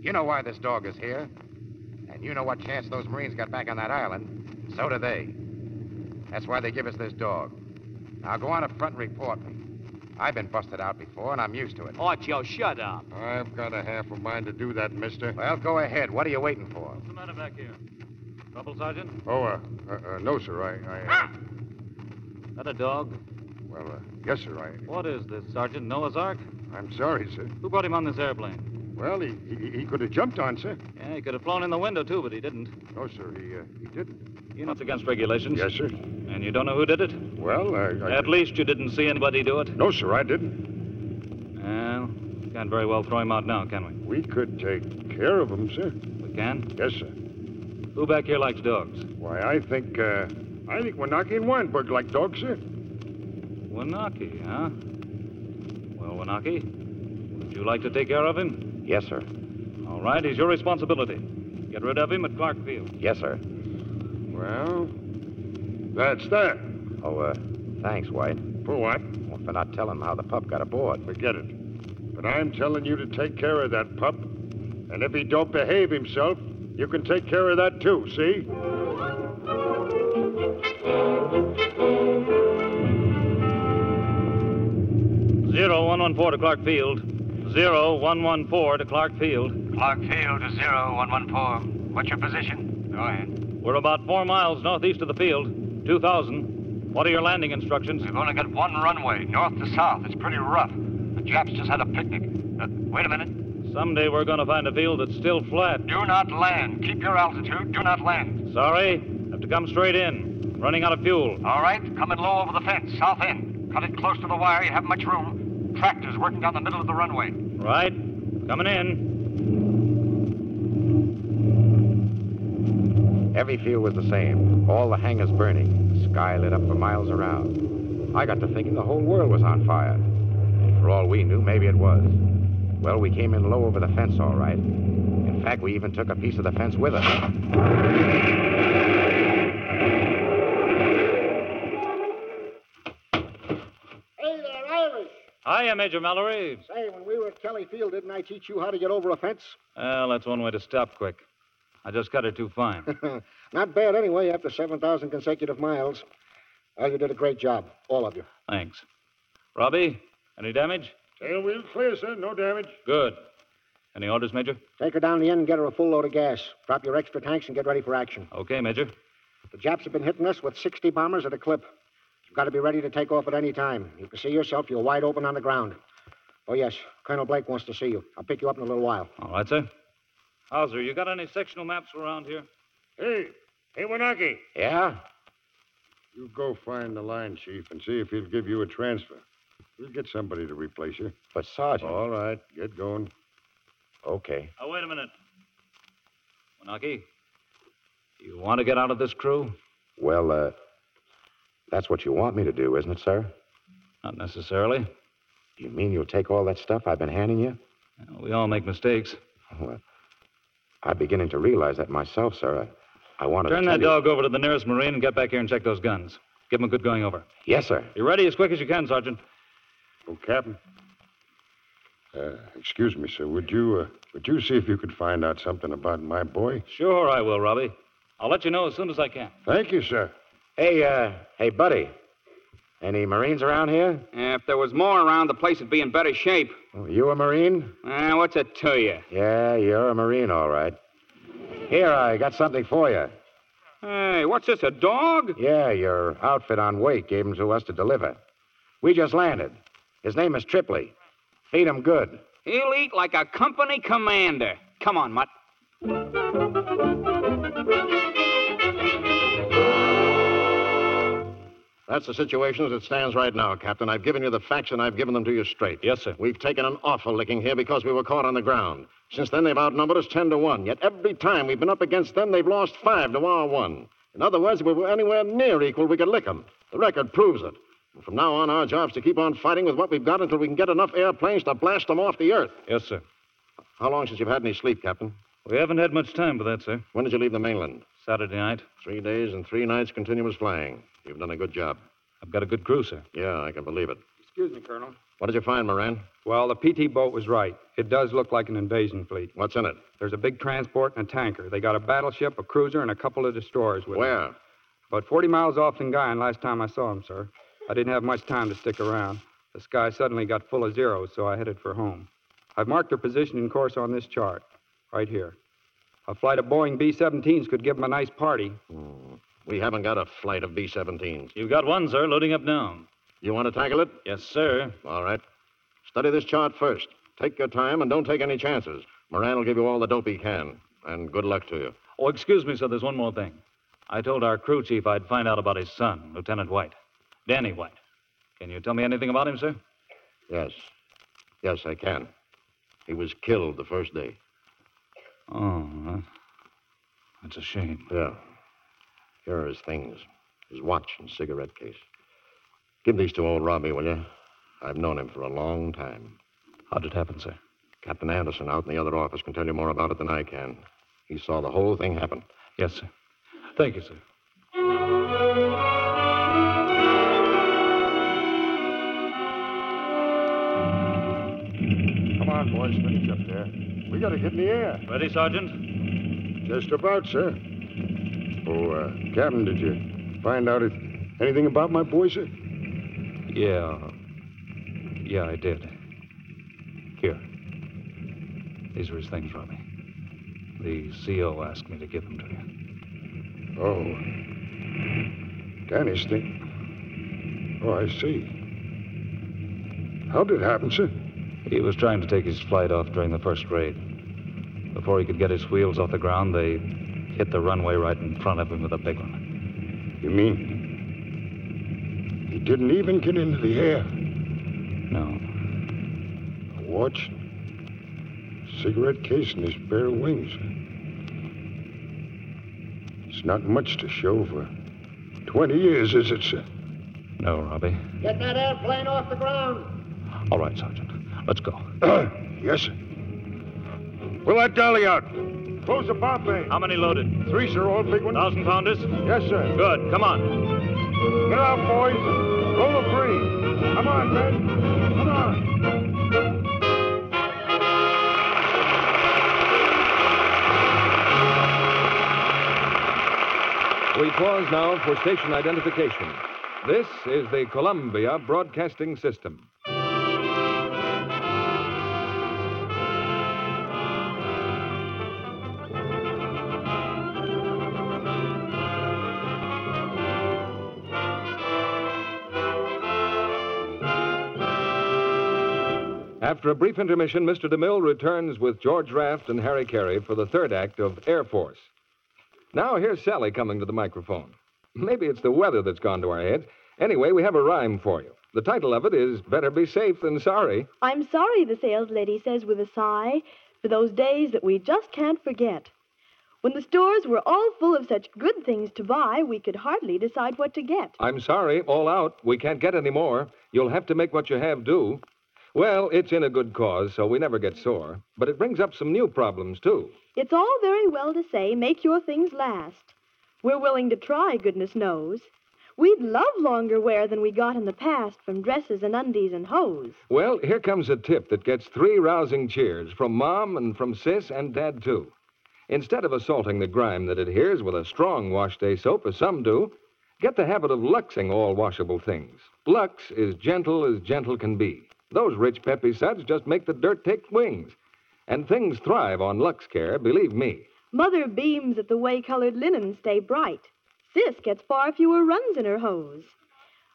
S6: You know why this dog is here. And you know what chance those Marines got back on that island. So do they. That's why they give us this dog. Now go on up front and report me. I've been busted out before, and I'm used to it.
S11: Oh, Joe, shut up.
S7: I've got a half a mind to do that, mister.
S6: Well, go ahead. What are you waiting for?
S4: What's the matter back here? Trouble, Sergeant?
S7: Oh, uh, uh, uh no, sir. I.
S11: Ah!
S7: I uh...
S4: That a dog?
S7: Well, uh, yes, sir. I.
S4: What is this, Sergeant? Noah's Ark?
S7: I'm sorry, sir.
S4: Who brought him on this airplane?
S7: Well, he, he, he could have jumped on, sir.
S4: Yeah, he could have flown in the window, too, but he didn't.
S7: No, sir. He, uh, he didn't.
S4: You know it's against regulations.
S7: Yes, sir.
S4: And you don't know who did it?
S7: Well, I, I-
S4: At least you didn't see anybody do it.
S7: No, sir, I didn't.
S4: Well, can't very well throw him out now, can we?
S7: We could take care of him, sir.
S4: We can.
S7: Yes, sir.
S4: Who back here likes dogs?
S7: Why, I think, uh, I think Wanaki and Weinberg like dogs, sir.
S4: Wanaki, huh? Well, Wanaki, would you like to take care of him?
S6: Yes, sir.
S4: All right, he's your responsibility. Get rid of him at Clark Field.
S6: Yes, sir.
S7: Well, that's that.
S6: Oh, uh, thanks, White.
S7: For what?
S6: Well, for not telling him how the pup got aboard.
S7: Forget it. But I'm telling you to take care of that pup. And if he don't behave himself, you can take care of that too, see?
S4: Zero one one four to Clark Field. Zero one one four to Clark Field.
S18: Clark Field to zero one one four. What's your position? Go ahead.
S4: We're about four miles northeast of the field. Two thousand. What are your landing instructions?
S18: We've only got one runway, north to south. It's pretty rough. The Japs just had a picnic. Uh, wait a minute.
S4: Someday we're going to find a field that's still flat.
S18: Do not land. Keep your altitude. Do not land.
S4: Sorry, have to come straight in. Running out of fuel.
S18: All right, coming low over the fence, south end. Cut it close to the wire. You have much room. Tractors working down the middle of the runway.
S4: Right, coming in.
S6: Every field was the same. All the hangars burning. The sky lit up for miles around. I got to thinking the whole world was on fire. And for all we knew, maybe it was. Well, we came in low over the fence, all right. In fact, we even took a piece of the fence with us.
S19: Hey there, Irish!
S4: Hiya, Major Mallory.
S19: Say, when we were at Kelly Field, didn't I teach you how to get over a fence?
S4: Well, that's one way to stop quick. I just cut her too fine.
S19: Not bad anyway, after 7,000 consecutive miles. Well, you did a great job, all of you.
S4: Thanks. Robbie, any damage?
S7: Tail wheel Uh, clear, sir. No damage.
S4: Good. Any orders, Major?
S19: Take her down the end and get her a full load of gas. Drop your extra tanks and get ready for action.
S4: Okay, Major.
S19: The Japs have been hitting us with 60 bombers at a clip. You've got to be ready to take off at any time. You can see yourself, you're wide open on the ground. Oh, yes, Colonel Blake wants to see you. I'll pick you up in a little while.
S4: All right, sir. Hauser, you got any sectional maps around here?
S7: Hey, hey, Wanaki.
S6: Yeah?
S7: You go find the line chief and see if he'll give you a transfer. We'll get somebody to replace you.
S6: But, Sergeant.
S7: All right, get going.
S6: Okay.
S4: Oh, wait a minute. Wanaki, you want to get out of this crew?
S6: Well, uh, that's what you want me to do, isn't it, sir?
S4: Not necessarily.
S6: You mean you'll take all that stuff I've been handing you?
S4: Well, We all make mistakes.
S6: Well, I'm beginning to realize that myself, sir. I, I wanted
S4: Turn
S6: to. tell
S4: that
S6: you-
S4: dog over to the nearest Marine and get back here and check those guns. Give 'em a good going over.
S6: Yes, sir.
S4: You're ready as quick as you can, Sergeant.
S7: Oh, Captain. Uh, excuse me, sir. Would you, uh, would you see if you could find out something about my boy?
S4: Sure, I will, Robbie. I'll let you know as soon as I can.
S7: Thank you, sir.
S6: Hey, uh, hey, buddy. Any Marines around here?
S20: If there was more around, the place would be in better shape.
S6: Oh, you a Marine?
S20: Eh, what's it to you?
S6: Yeah, you're a Marine, all right. Here, I got something for you.
S20: Hey, what's this, a dog?
S6: Yeah, your outfit on wake gave him to us to deliver. We just landed. His name is Tripley. Feed him good.
S20: He'll eat like a company commander. Come on, Mutt.
S21: That's the situation as it stands right now, Captain. I've given you the facts and I've given them to you straight. Yes, sir. We've taken an awful licking here because we were caught on the ground. Since then, they've outnumbered us 10 to 1. Yet every time we've been up against them, they've lost 5 to our 1. In other words, if we were anywhere near equal, we could lick them. The record proves it. And from now on, our job's to keep on fighting with what we've got until we can get enough airplanes to blast them off the earth.
S22: Yes, sir.
S21: How long since you've had any sleep, Captain?
S22: We haven't had much time for that, sir.
S21: When did you leave the mainland?
S22: Saturday night.
S21: Three days and three nights continuous flying. You've done a good job.
S22: I've got a good crew, sir.
S21: Yeah, I can believe it.
S23: Excuse me, Colonel.
S21: What did you find, Moran?
S23: Well, the PT boat was right. It does look like an invasion fleet.
S21: What's in it?
S23: There's a big transport and a tanker. They got a battleship, a cruiser, and a couple of destroyers with
S21: Where?
S23: them. About 40 miles off Lingayen last time I saw them, sir. I didn't have much time to stick around. The sky suddenly got full of zeros, so I headed for home. I've marked their position and course on this chart, right here. A flight of Boeing B 17s could give them a nice party.
S21: We haven't got a flight of B 17s.
S22: You've got one, sir, loading up now.
S21: You want to tackle it?
S22: Yes, sir.
S21: All right. Study this chart first. Take your time and don't take any chances. Moran will give you all the dope he can. And good luck to you.
S22: Oh, excuse me, sir, there's one more thing. I told our crew chief I'd find out about his son, Lieutenant White. Danny White. Can you tell me anything about him, sir?
S21: Yes. Yes, I can. He was killed the first day.
S22: Oh, that- that's a shame.
S21: Yeah. Here are his things his watch and cigarette case. Give these to old Robbie, will you? I've known him for a long time.
S22: How'd it happen, sir?
S21: Captain Anderson out in the other office can tell you more about it than I can. He saw the whole thing happen.
S22: Yes, sir. Thank you, sir.
S7: Come on, boys, finish up there. We gotta get in the air.
S22: Ready, Sergeant?
S7: Just about, sir. Oh, uh, Captain, did you find out if anything about my boy, sir?
S22: Yeah. Yeah, I did. Here. These are his things, Robbie. The CO asked me to give them to you.
S7: Oh. Danny's thing. Oh, I see. How did it happen, sir?
S22: He was trying to take his flight off during the first raid. Before he could get his wheels off the ground, they hit the runway right in front of him with a big one.
S7: You mean he didn't even get into the air?
S22: No.
S7: A watch, cigarette case, and his bare wings. It's not much to show for 20 years, is it, sir?
S22: No, Robbie.
S19: Get that airplane off the ground.
S22: All right, Sergeant. Let's go.
S7: yes, sir. Pull that dolly out. Close the bomb bay.
S22: How many loaded?
S7: Three, sir, all big ones.
S22: Thousand pounders?
S7: Yes, sir.
S22: Good. Come on.
S7: Get out, boys. Roll the three. Come on, men. Come on.
S1: We pause now for station identification. This is the Columbia Broadcasting System. After a brief intermission, Mr. DeMille returns with George Raft and Harry Carey for the third act of Air Force. Now here's Sally coming to the microphone. Maybe it's the weather that's gone to our heads. Anyway, we have a rhyme for you. The title of it is Better Be Safe Than Sorry.
S24: I'm sorry, the sales lady says with a sigh, for those days that we just can't forget. When the stores were all full of such good things to buy, we could hardly decide what to get.
S1: I'm sorry, all out. We can't get any more. You'll have to make what you have do. Well, it's in a good cause, so we never get sore. But it brings up some new problems, too.
S24: It's all very well to say, make your things last. We're willing to try, goodness knows. We'd love longer wear than we got in the past from dresses and undies and hose.
S1: Well, here comes a tip that gets three rousing cheers from Mom and from Sis and Dad, too. Instead of assaulting the grime that adheres with a strong wash day soap, as some do, get the habit of luxing all washable things. Lux is gentle as gentle can be. Those rich, peppy suds just make the dirt take wings. And things thrive on Lux Care, believe me.
S24: Mother beams at the way colored linens stay bright. Sis gets far fewer runs in her hose.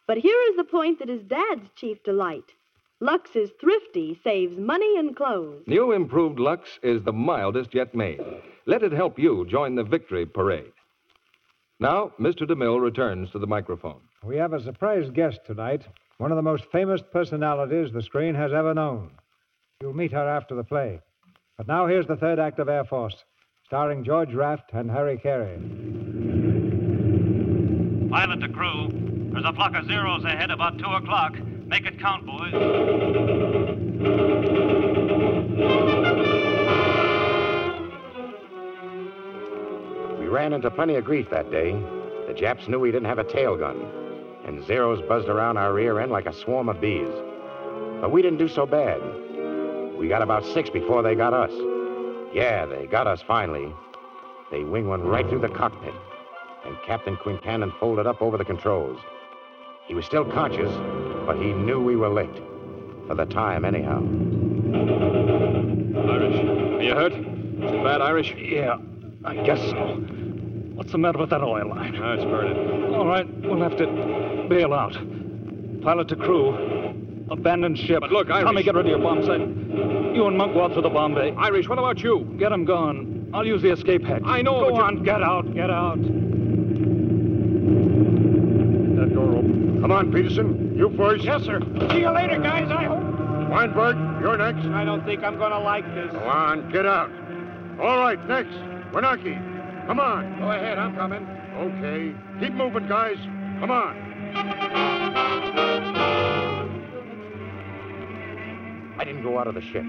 S24: But here is the point that is Dad's chief delight. Lux is thrifty, saves money and clothes.
S1: New improved Lux is the mildest yet made. Let it help you join the victory parade. Now, Mr. DeMille returns to the microphone.
S2: We have a surprise guest tonight, one of the most famous personalities the screen has ever known. You'll meet her after the play. But now here's the third act of Air Force, starring George Raft and Harry Carey.
S5: Pilot to crew. There's a flock of zeros ahead about 2 o'clock. Make it count, boys.
S6: We ran into plenty of grief that day. The Japs knew we didn't have a tail gun, and Zeros buzzed around our rear end like a swarm of bees. But we didn't do so bad. We got about six before they got us. Yeah, they got us finally. They winged one right through the cockpit, and Captain Quintanon folded up over the controls. He was still conscious, but he knew we were licked. For the time, anyhow.
S12: Irish, are you hurt? Is it bad, Irish? Yeah, I guess so. What's the matter with that oil line? Oh, it's burning. All right, we'll have to bail out. Pilot to crew, abandon ship. But look,
S23: Irish-
S12: Tommy, get rid of your bomb sight. You and Monk walk through the bomb bay. Irish, what about you? Get him gone. I'll use the escape hatch. I know. Go on, get out, get out.
S7: That door open. Come on, Peterson. You first. Yes, sir.
S10: See you later, guys. I hope.
S7: Weinberg, you're next.
S10: I don't think I'm going to like this.
S7: Go on, get out. All right, next. Winaki, come on. Go ahead, I'm coming. Okay. Keep moving, guys. Come on.
S6: I didn't go out of the ship.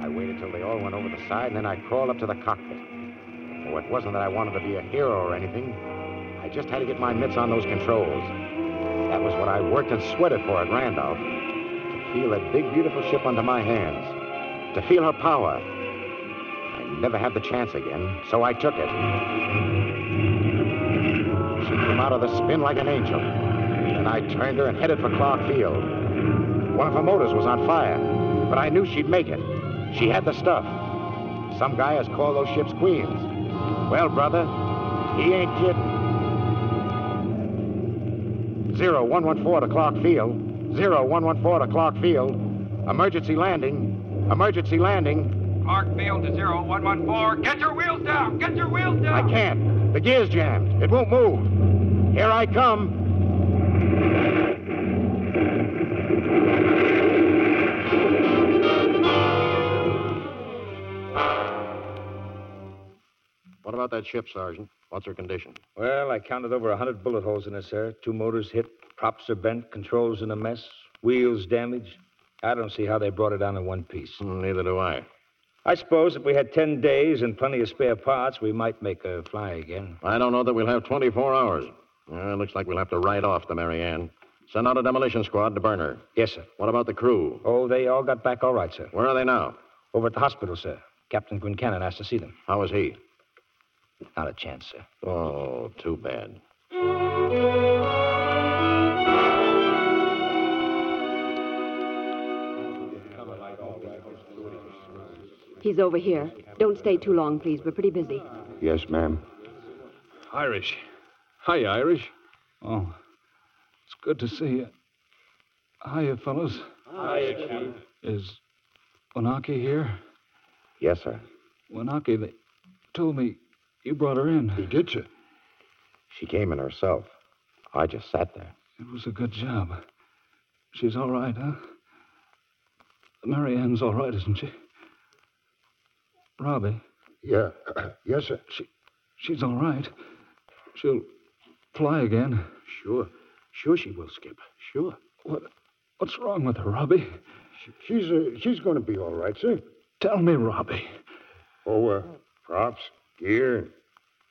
S6: I waited till they all went over the side, and then I crawled up to the cockpit. Oh, it wasn't that I wanted to be a hero or anything. I just had to get my mitts on those controls. That was what I worked and sweated for at Randolph. To feel that big, beautiful ship under my hands. To feel her power. I never had the chance again, so I took it. She came out of the spin like an angel. And I turned her and headed for Clark Field. One of her motors was on fire, but I knew she'd make it. She had the stuff. Some guy has called those ships queens. Well, brother, he ain't kidding. Zero one one four to Clark Field. Zero one one four to Clark Field. Emergency landing. Emergency landing.
S18: Clark Field to 0114. Get your wheels down! Get your wheels down!
S6: I can't. The gear's jammed. It won't move. Here I come.
S21: What about that ship, Sergeant? What's her condition?
S25: Well, I counted over a hundred bullet holes in her, sir. Two motors hit, props are bent, controls in a mess, wheels damaged. I don't see how they brought her down in one piece.
S21: Hmm, Neither do I.
S25: I suppose if we had ten days and plenty of spare parts, we might make her fly again.
S21: I don't know that we'll have 24 hours. Uh, looks like we'll have to ride off the Mary Ann. Send out a demolition squad to burn her.
S25: Yes, sir.
S21: What about the crew?
S25: Oh, they all got back all right, sir.
S21: Where are they now?
S25: Over at the hospital, sir. Captain Quincannon asked to see them.
S21: How is he?
S25: Not a chance, sir.
S21: Oh, too bad.
S26: He's over here. Don't stay too long, please. We're pretty busy.
S3: Yes, ma'am.
S12: Irish. Hi, Irish. Oh, it's good to see you. Hiya, fellas.
S3: Hiya, Chief.
S12: Is Wanaki here?
S3: Yes, sir.
S12: Wanaki, they told me you brought her in. You did, sir.
S6: She came in herself. I just sat there.
S12: It was a good job. She's all right, huh? Mary Ann's all right, isn't she? Robbie.
S7: Yeah. yes, sir.
S12: She, she's all right. She'll fly again.
S3: Sure. Sure she will, Skip. Sure.
S12: What? What's wrong with her, Robbie?
S7: She's uh, she's going to be all right, sir.
S12: Tell me, Robbie.
S7: Oh, uh, props, gear,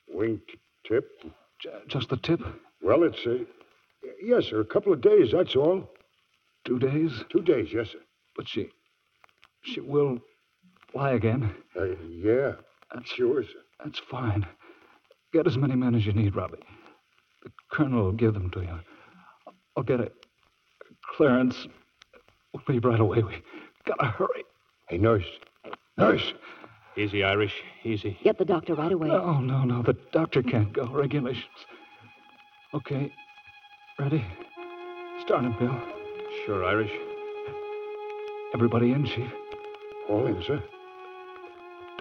S7: wing t- tip.
S12: Just the tip?
S7: Well, it's uh, y- yes, sir. A couple of days. That's all.
S12: Two days.
S7: Two days, yes, sir.
S12: But she, she will fly again.
S7: Uh, yeah, sure, sir.
S12: That's fine. Get as many men as you need, Robbie. The colonel will give them to you. I'll get a clearance. We'll leave right away. We gotta hurry.
S7: Hey, nurse. Nurse.
S12: Easy, Irish. Easy.
S26: Get the doctor right away.
S12: No, no, no. The doctor can't go. Regulations. Okay. Ready? Start him, Bill.
S3: Sure, Irish.
S12: Everybody in, Chief.
S7: All in, sir.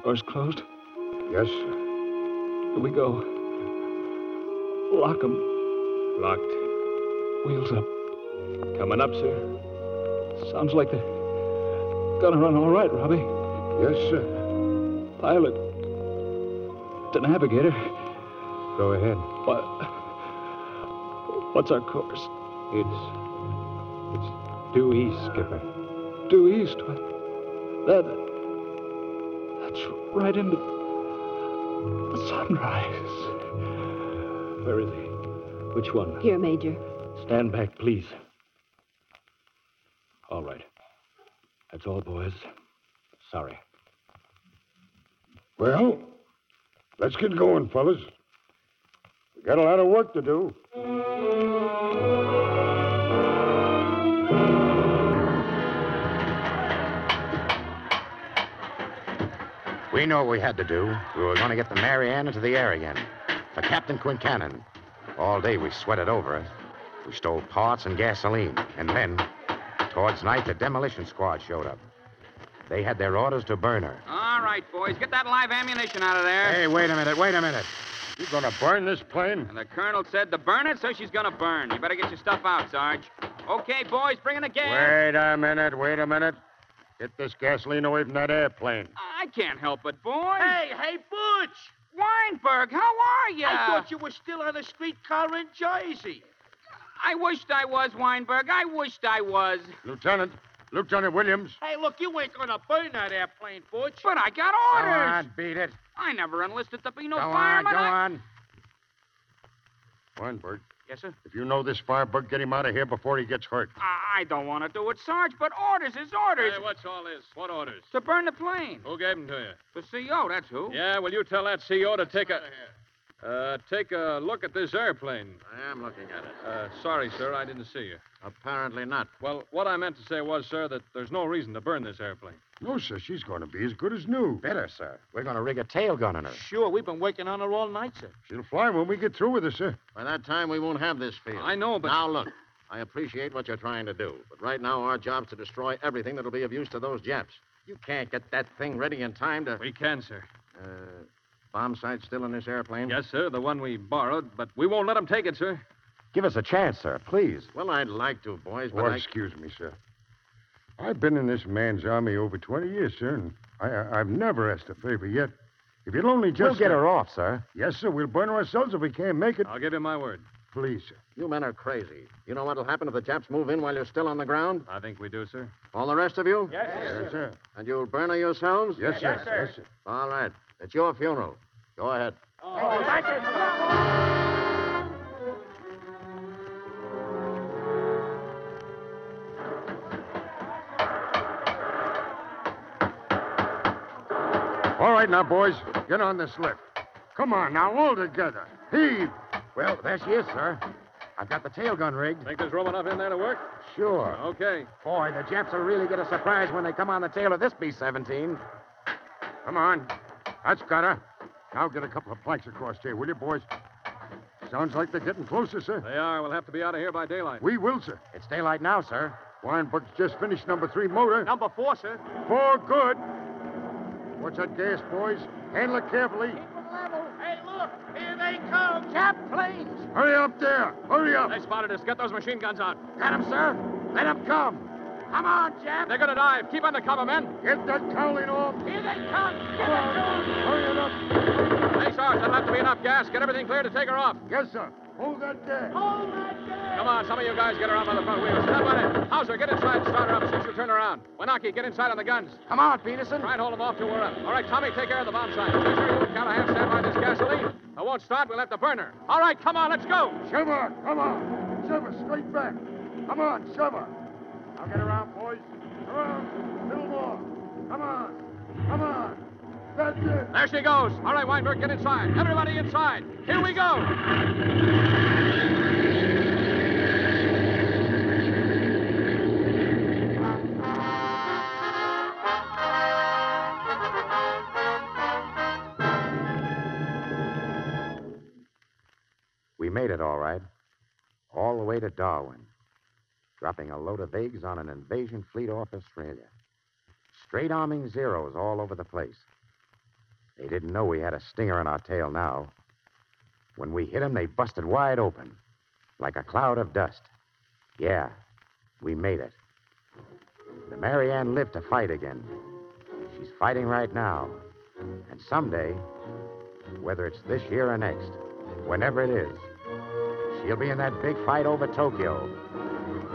S12: Door's closed.
S7: Yes, sir.
S12: Here we go. Lock 'em.
S4: Locked.
S12: Wheels up.
S4: Coming up, sir.
S12: Sounds like they're gonna run all right, Robbie.
S7: Yes, sir.
S12: Pilot. The navigator.
S7: Go ahead.
S12: What? What's our course?
S7: It's. It's due east, Skipper.
S12: Due east. What? That. That's right into the sunrise.
S4: Where is he? Which one?
S22: Here, Major.
S4: Stand back, please. All right. That's all, boys. Sorry.
S7: Well, let's get going, fellas. We got a lot of work to do.
S6: We knew what we had to do. We were going to get the Mary Ann into the air again. For Captain Quincannon. All day we sweated over it. We stole parts and gasoline. And then, towards night, the demolition squad showed up. They had their orders to burn her.
S11: All right, boys, get that live ammunition out of there.
S6: Hey, wait a minute, wait a minute. You gonna burn this plane?
S11: The colonel said to burn it, so she's gonna burn. You better get your stuff out, Sarge. Okay, boys, bring in the gas.
S7: Wait a minute, wait a minute. Get this gasoline away from that airplane.
S11: I can't help it, boys.
S10: Hey, hey, Butch!
S11: Weinberg, how are you?
S10: I thought you were still on a streetcar in Jersey.
S11: I wished I was, Weinberg. I wished I was.
S7: Lieutenant, Lieutenant Williams.
S10: Hey, look, you ain't gonna burn that airplane, Butch.
S11: But I got
S10: Go
S11: orders.
S10: on,
S7: beat it.
S11: I never enlisted to be no
S7: Go on,
S11: fireman.
S7: go
S11: I-
S7: on. Weinberg.
S11: Yes, sir?
S7: If you know this firebug, get him out of here before he gets hurt.
S11: I, I don't want to do it, Sarge, but orders is orders.
S10: Hey, what's all this? What orders?
S11: To burn the plane.
S10: Who gave them to you?
S11: The CO, that's who.
S10: Yeah, well, you tell that CO to take a. Uh, take a look at this airplane. I am looking at it. Uh, sorry, sir, I didn't see you. Apparently not. Well, what I meant to say was, sir, that there's no reason to burn this airplane.
S7: No, sir, she's going to be as good as new.
S6: Better, sir. We're going to rig a tail gun on her.
S10: Sure, we've been working on her all night, sir.
S7: She'll fly when we get through with her, sir.
S21: By that time, we won't have this field. I know, but. Now, look, I appreciate what you're trying to do, but right now our job's to destroy everything that'll be of use to those Japs. You can't get that thing ready in time to.
S10: We can, sir.
S21: Uh, bomb sight still in this airplane?
S10: Yes, sir, the one we borrowed, but we won't let them take it, sir.
S6: Give us a chance, sir, please.
S21: Well, I'd like to, boys, but
S7: Well,
S21: I.
S7: Oh, excuse me, sir. I've been in this man's army over 20 years, sir, and I, I, have never asked a favor yet. If you'll only just.
S6: We'll get her off, sir.
S7: Yes, sir. We'll burn her ourselves if we can't make it.
S10: I'll give you my word.
S7: Please, sir.
S21: You men are crazy. You know what'll happen if the Japs move in while you're still on the ground?
S10: I think we do, sir.
S21: All the rest of you?
S10: Yes,
S7: sir. Yes, sir.
S21: And you'll burn her yourselves?
S7: Yes, Yes, sir. sir. Yes, sir.
S21: All right. It's your funeral. Go ahead.
S7: All right, now, boys. Get on this lift. Come on, now, all together. Heave.
S6: Well, there she is, sir. I've got the tail gun rigged.
S10: Think there's room enough in there to work?
S6: Sure.
S10: Okay.
S6: Oh, Boy, the Japs will really get a surprise when they come on the tail of this B 17.
S7: Come on. That's got her. Now get a couple of planks across here, will you, boys? Sounds like they're getting closer, sir.
S10: They are. We'll have to be out of here by daylight.
S7: We will, sir.
S6: It's daylight now, sir.
S7: Weinberg's just finished number three motor.
S10: Number four, sir.
S7: Four good. Watch that gas, boys. Handle it carefully.
S10: Hey, look! Here they come! Jap planes!
S7: Hurry up there. Hurry up.
S10: They spotted us. Get those machine guns out.
S7: Got 'em, sir. Let 'em come.
S10: Come on, Jap! They're gonna dive. Keep under cover, men.
S7: Get that cowling off.
S10: Here they come! Get Hey, Sarge, that'll have to be enough gas. Get everything clear to take her off.
S7: Yes, sir. Hold that there.
S10: Hold that there. Come on, some of you guys get her out by the front wheels. Step on it. Hauser, get inside and start her up since you turn around. Wanaki, get inside on the guns.
S6: Come on, Peterson.
S10: Try and hold them off till we're up. All right, Tommy, take care of the bomb site. Make sure you and Callahan stand by this gasoline. I won't start. We'll have to burn her. All right, come on, let's go.
S7: Shove her. Come on. Shove her straight back. Come on, shove her. Now get around, boys. Around. Little more. Come on. Come on. That's it.
S10: There she goes. All right, Weinberg, get inside. Everybody inside. Here we go.
S6: We made it all right, all the way to Darwin, dropping a load of eggs on an invasion fleet off Australia. Straight arming zeros all over the place. They didn't know we had a stinger in our tail now. When we hit 'em, they busted wide open, like a cloud of dust. Yeah, we made it. The Mary Ann lived to fight again. She's fighting right now. And someday, whether it's this year or next, whenever it is, she'll be in that big fight over Tokyo,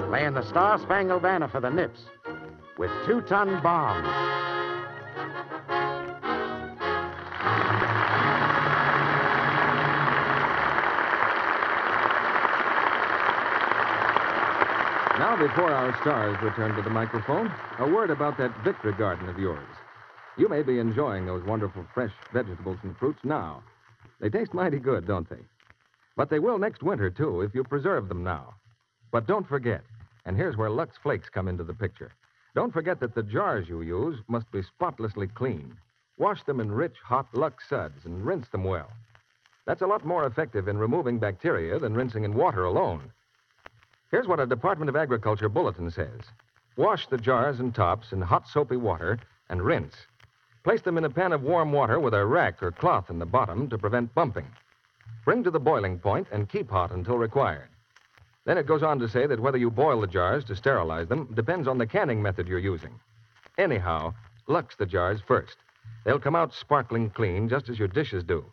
S6: laying the Star Spangled Banner for the Nips with two ton bombs.
S1: Now, before our stars return to the microphone, a word about that Victor garden of yours. You may be enjoying those wonderful fresh vegetables and fruits now. They taste mighty good, don't they? But they will next winter, too, if you preserve them now. But don't forget, and here's where Lux Flakes come into the picture. Don't forget that the jars you use must be spotlessly clean. Wash them in rich, hot Lux suds and rinse them well. That's a lot more effective in removing bacteria than rinsing in water alone. Here's what a Department of Agriculture bulletin says Wash the jars and tops in hot soapy water and rinse. Place them in a pan of warm water with a rack or cloth in the bottom to prevent bumping. Bring to the boiling point and keep hot until required. Then it goes on to say that whether you boil the jars to sterilize them depends on the canning method you're using. Anyhow, lux the jars first. They'll come out sparkling clean, just as your dishes do.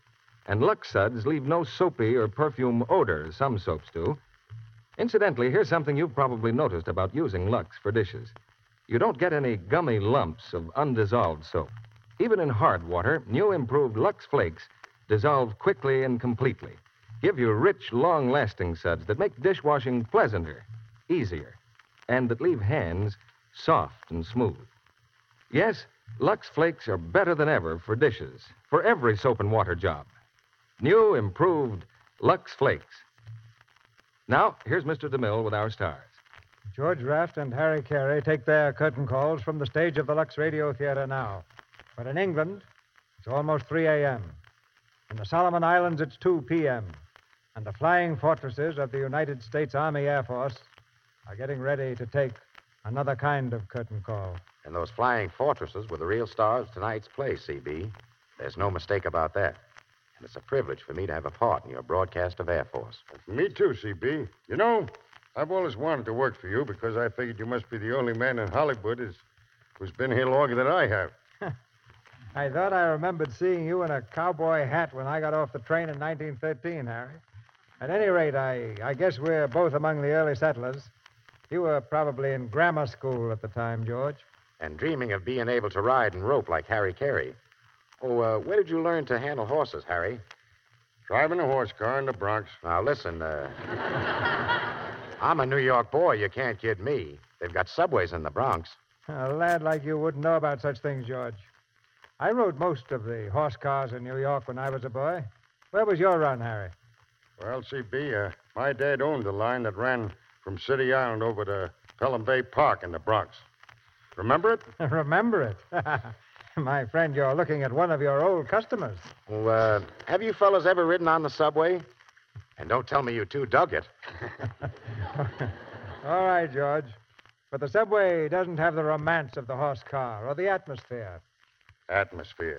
S1: And lux suds leave no soapy or perfume odor, as some soaps do. Incidentally, here's something you've probably noticed about using Lux for dishes. You don't get any gummy lumps of undissolved soap. Even in hard water, new improved Lux flakes dissolve quickly and completely, give you rich, long lasting suds that make dishwashing pleasanter, easier, and that leave hands soft and smooth. Yes, Lux flakes are better than ever for dishes, for every soap and water job. New improved Lux flakes. Now, here's Mr. DeMille with our stars.
S2: George Raft and Harry Carey take their curtain calls from the stage of the Lux Radio Theater now. But in England, it's almost 3 a.m. In the Solomon Islands, it's 2 p.m. And the flying fortresses of the United States Army Air Force are getting ready to take another kind of curtain call.
S6: And those flying fortresses were the real stars of tonight's play, CB. There's no mistake about that. And it's a privilege for me to have a part in your broadcast of Air Force.
S8: Me too, CB. You know, I've always wanted to work for you because I figured you must be the only man in Hollywood is, who's been here longer than I have.
S2: I thought I remembered seeing you in a cowboy hat when I got off the train in 1913, Harry. At any rate, I, I guess we're both among the early settlers. You were probably in grammar school at the time, George.
S6: And dreaming of being able to ride and rope like Harry Carey. Oh, uh, where did you learn to handle horses, Harry?
S8: Driving a horse car in the Bronx.
S6: Now, listen, uh, I'm a New York boy. You can't kid me. They've got subways in the Bronx.
S2: A lad like you wouldn't know about such things, George. I rode most of the horse cars in New York when I was a boy. Where was your run, Harry?
S8: Well, CB, uh, my dad owned a line that ran from City Island over to Pelham Bay Park in the Bronx. Remember it?
S2: Remember it. My friend, you're looking at one of your old customers.
S6: Well, uh, have you fellas ever ridden on the subway? And don't tell me you two dug it.
S2: All right, George. But the subway doesn't have the romance of the horse car or the atmosphere.
S8: Atmosphere.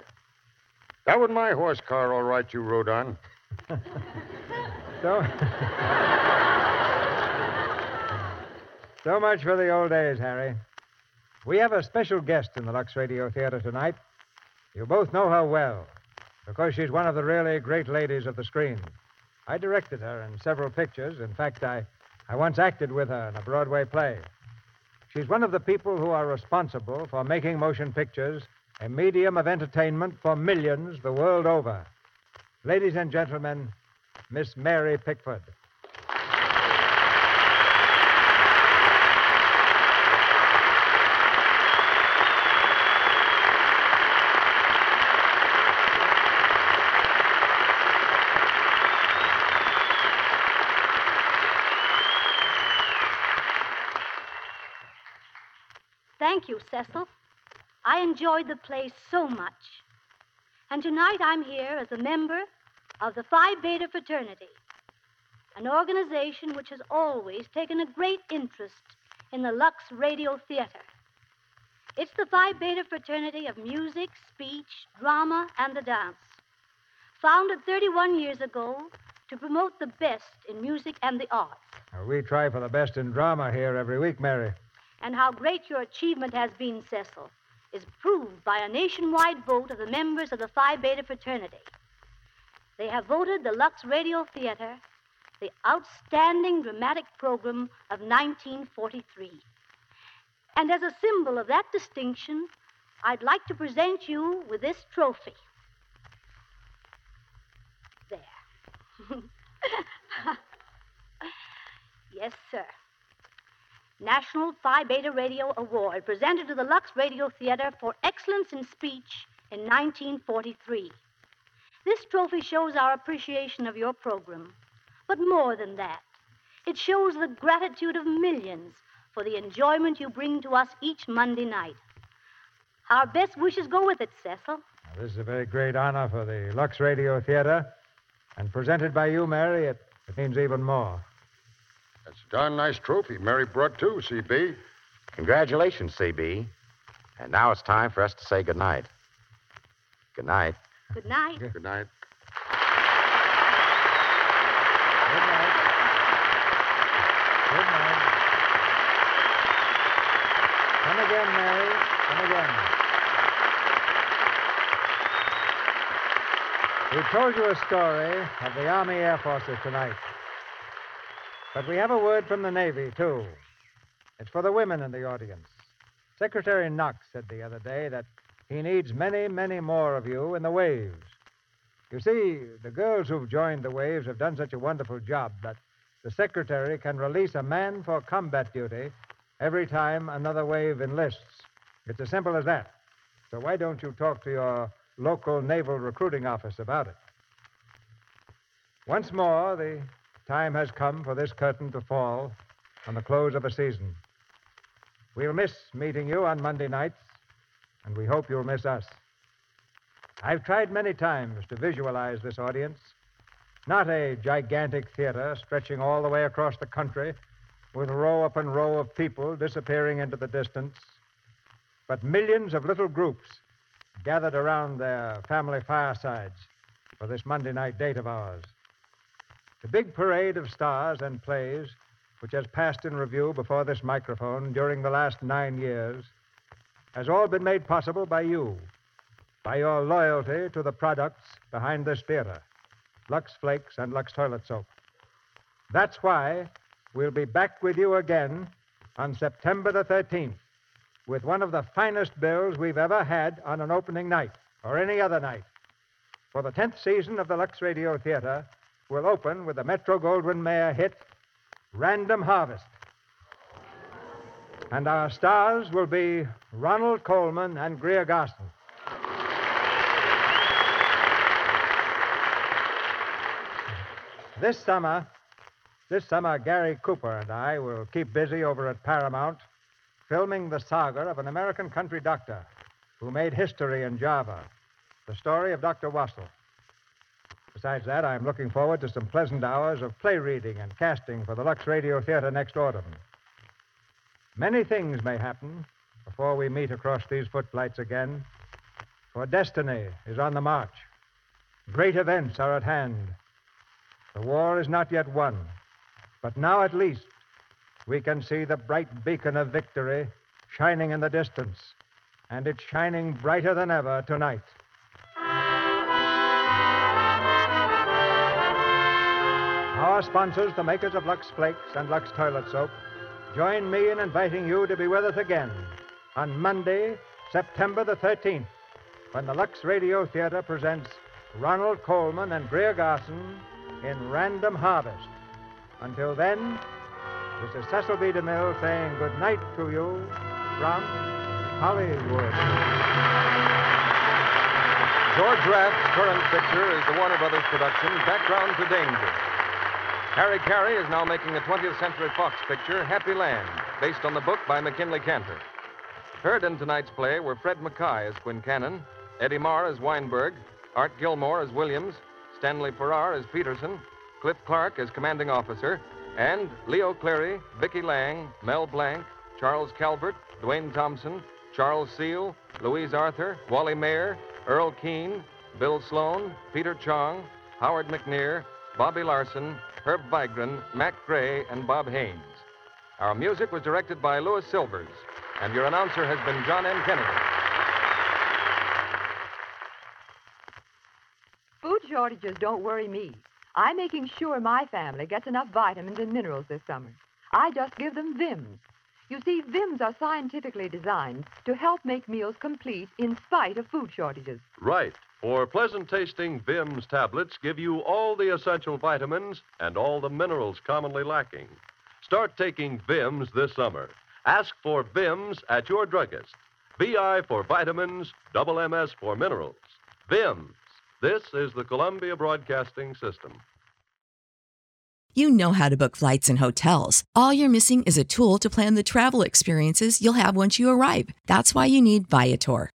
S8: That was my horse car, all right, you rode on.
S2: So. so much for the old days, Harry. We have a special guest in the Lux Radio Theater tonight. You both know her well because she's one of the really great ladies of the screen. I directed her in several pictures. In fact, I, I once acted with her in a Broadway play. She's one of the people who are responsible for making motion pictures a medium of entertainment for millions the world over. Ladies and gentlemen, Miss Mary Pickford.
S13: Thank you, Cecil. I enjoyed the play so much. And tonight I'm here as a member of the Phi Beta Fraternity, an organization which has always taken a great interest in the Lux Radio Theater. It's the Phi Beta fraternity of music, speech, drama, and the dance. Founded 31 years ago to promote the best in music and the arts.
S2: Now, We try for the best in drama here every week, Mary.
S13: And how great your achievement has been, Cecil, is proved by a nationwide vote of the members of the Phi Beta fraternity. They have voted the Lux Radio Theater the outstanding dramatic program of 1943. And as a symbol of that distinction, I'd like to present you with this trophy. There. yes, sir. National Phi Beta Radio Award presented to the Lux Radio Theater for excellence in speech in 1943. This trophy shows our appreciation of your program, but more than that, it shows the gratitude of millions for the enjoyment you bring to us each Monday night. Our best wishes go with it, Cecil.
S2: Now, this is a very great honor for the Lux Radio Theater. And presented by you, Mary, it, it means even more.
S8: That's a darn nice trophy Mary brought, too, CB.
S6: Congratulations, CB. And now it's time for us to say goodnight. Good night.
S13: Good night.
S8: Good night.
S2: Come again, Mary. Come again. We told you a story of the Army Air Forces tonight. But we have a word from the Navy, too. It's for the women in the audience. Secretary Knox said the other day that he needs many, many more of you in the waves. You see, the girls who've joined the waves have done such a wonderful job that the secretary can release a man for combat duty every time another wave enlists. It's as simple as that. So why don't you talk to your local naval recruiting office about it? Once more, the time has come for this curtain to fall on the close of a season. We'll miss meeting you on Monday nights, and we hope you'll miss us. I've tried many times to visualize this audience. Not a gigantic theater stretching all the way across the country with row upon row of people disappearing into the distance, but millions of little groups gathered around their family firesides for this Monday night date of ours. The big parade of stars and plays, which has passed in review before this microphone during the last nine years, has all been made possible by you, by your loyalty to the products behind this theater Lux Flakes and Lux Toilet Soap. That's why We'll be back with you again on September the 13th with one of the finest bills we've ever had on an opening night or any other night. For the 10th season of the Lux Radio Theater, we'll open with the Metro Goldwyn Mayer hit, Random Harvest. And our stars will be Ronald Coleman and Greer Garson. This summer, this summer, Gary Cooper and I will keep busy over at Paramount filming the saga of an American country doctor who made history in Java, the story of Dr. Wassel. Besides that, I'm looking forward to some pleasant hours of play reading and casting for the Lux Radio Theater next autumn. Many things may happen before we meet across these footlights again, for destiny is on the march. Great events are at hand. The war is not yet won. But now at least, we can see the bright beacon of victory shining in the distance. And it's shining brighter than ever tonight. Our sponsors, the makers of Lux Flakes and Lux Toilet Soap, join me in inviting you to be with us again on Monday, September the 13th, when the Lux Radio Theater presents Ronald Coleman and Greer Garson in Random Harvest. Until then, this is Cecil B. DeMille saying good night to you from Hollywood.
S1: George Raft's current picture is the Warner Brothers production, Background to Danger. Harry Carey is now making the 20th Century Fox picture, Happy Land, based on the book by McKinley Cantor. Heard in tonight's play were Fred Mackay as Quincannon, Eddie Marr as Weinberg, Art Gilmore as Williams, Stanley Farrar as Peterson, Cliff Clark as commanding officer, and Leo Cleary, Vicki Lang, Mel Blanc, Charles Calvert, Dwayne Thompson, Charles Seal, Louise Arthur, Wally Mayer, Earl Keane, Bill Sloan, Peter Chong, Howard McNear, Bobby Larson, Herb Vigran, Mac Gray, and Bob Haynes. Our music was directed by Louis Silvers, and your announcer has been John M. Kennedy.
S22: Food shortages don't worry me. I'm making sure my family gets enough vitamins and minerals this summer. I just give them Vims. You see, Vims are scientifically designed to help make meals complete in spite of food shortages.
S27: Right. For pleasant tasting Vim's tablets give you all the essential vitamins and all the minerals commonly lacking. Start taking Vim's this summer. Ask for Vim's at your druggist. VI for vitamins, double MS for minerals. Vim's. This is the Columbia Broadcasting System.
S20: You know how to book flights and hotels. All you're missing is a tool to plan the travel experiences you'll have once you arrive. That's why you need Viator.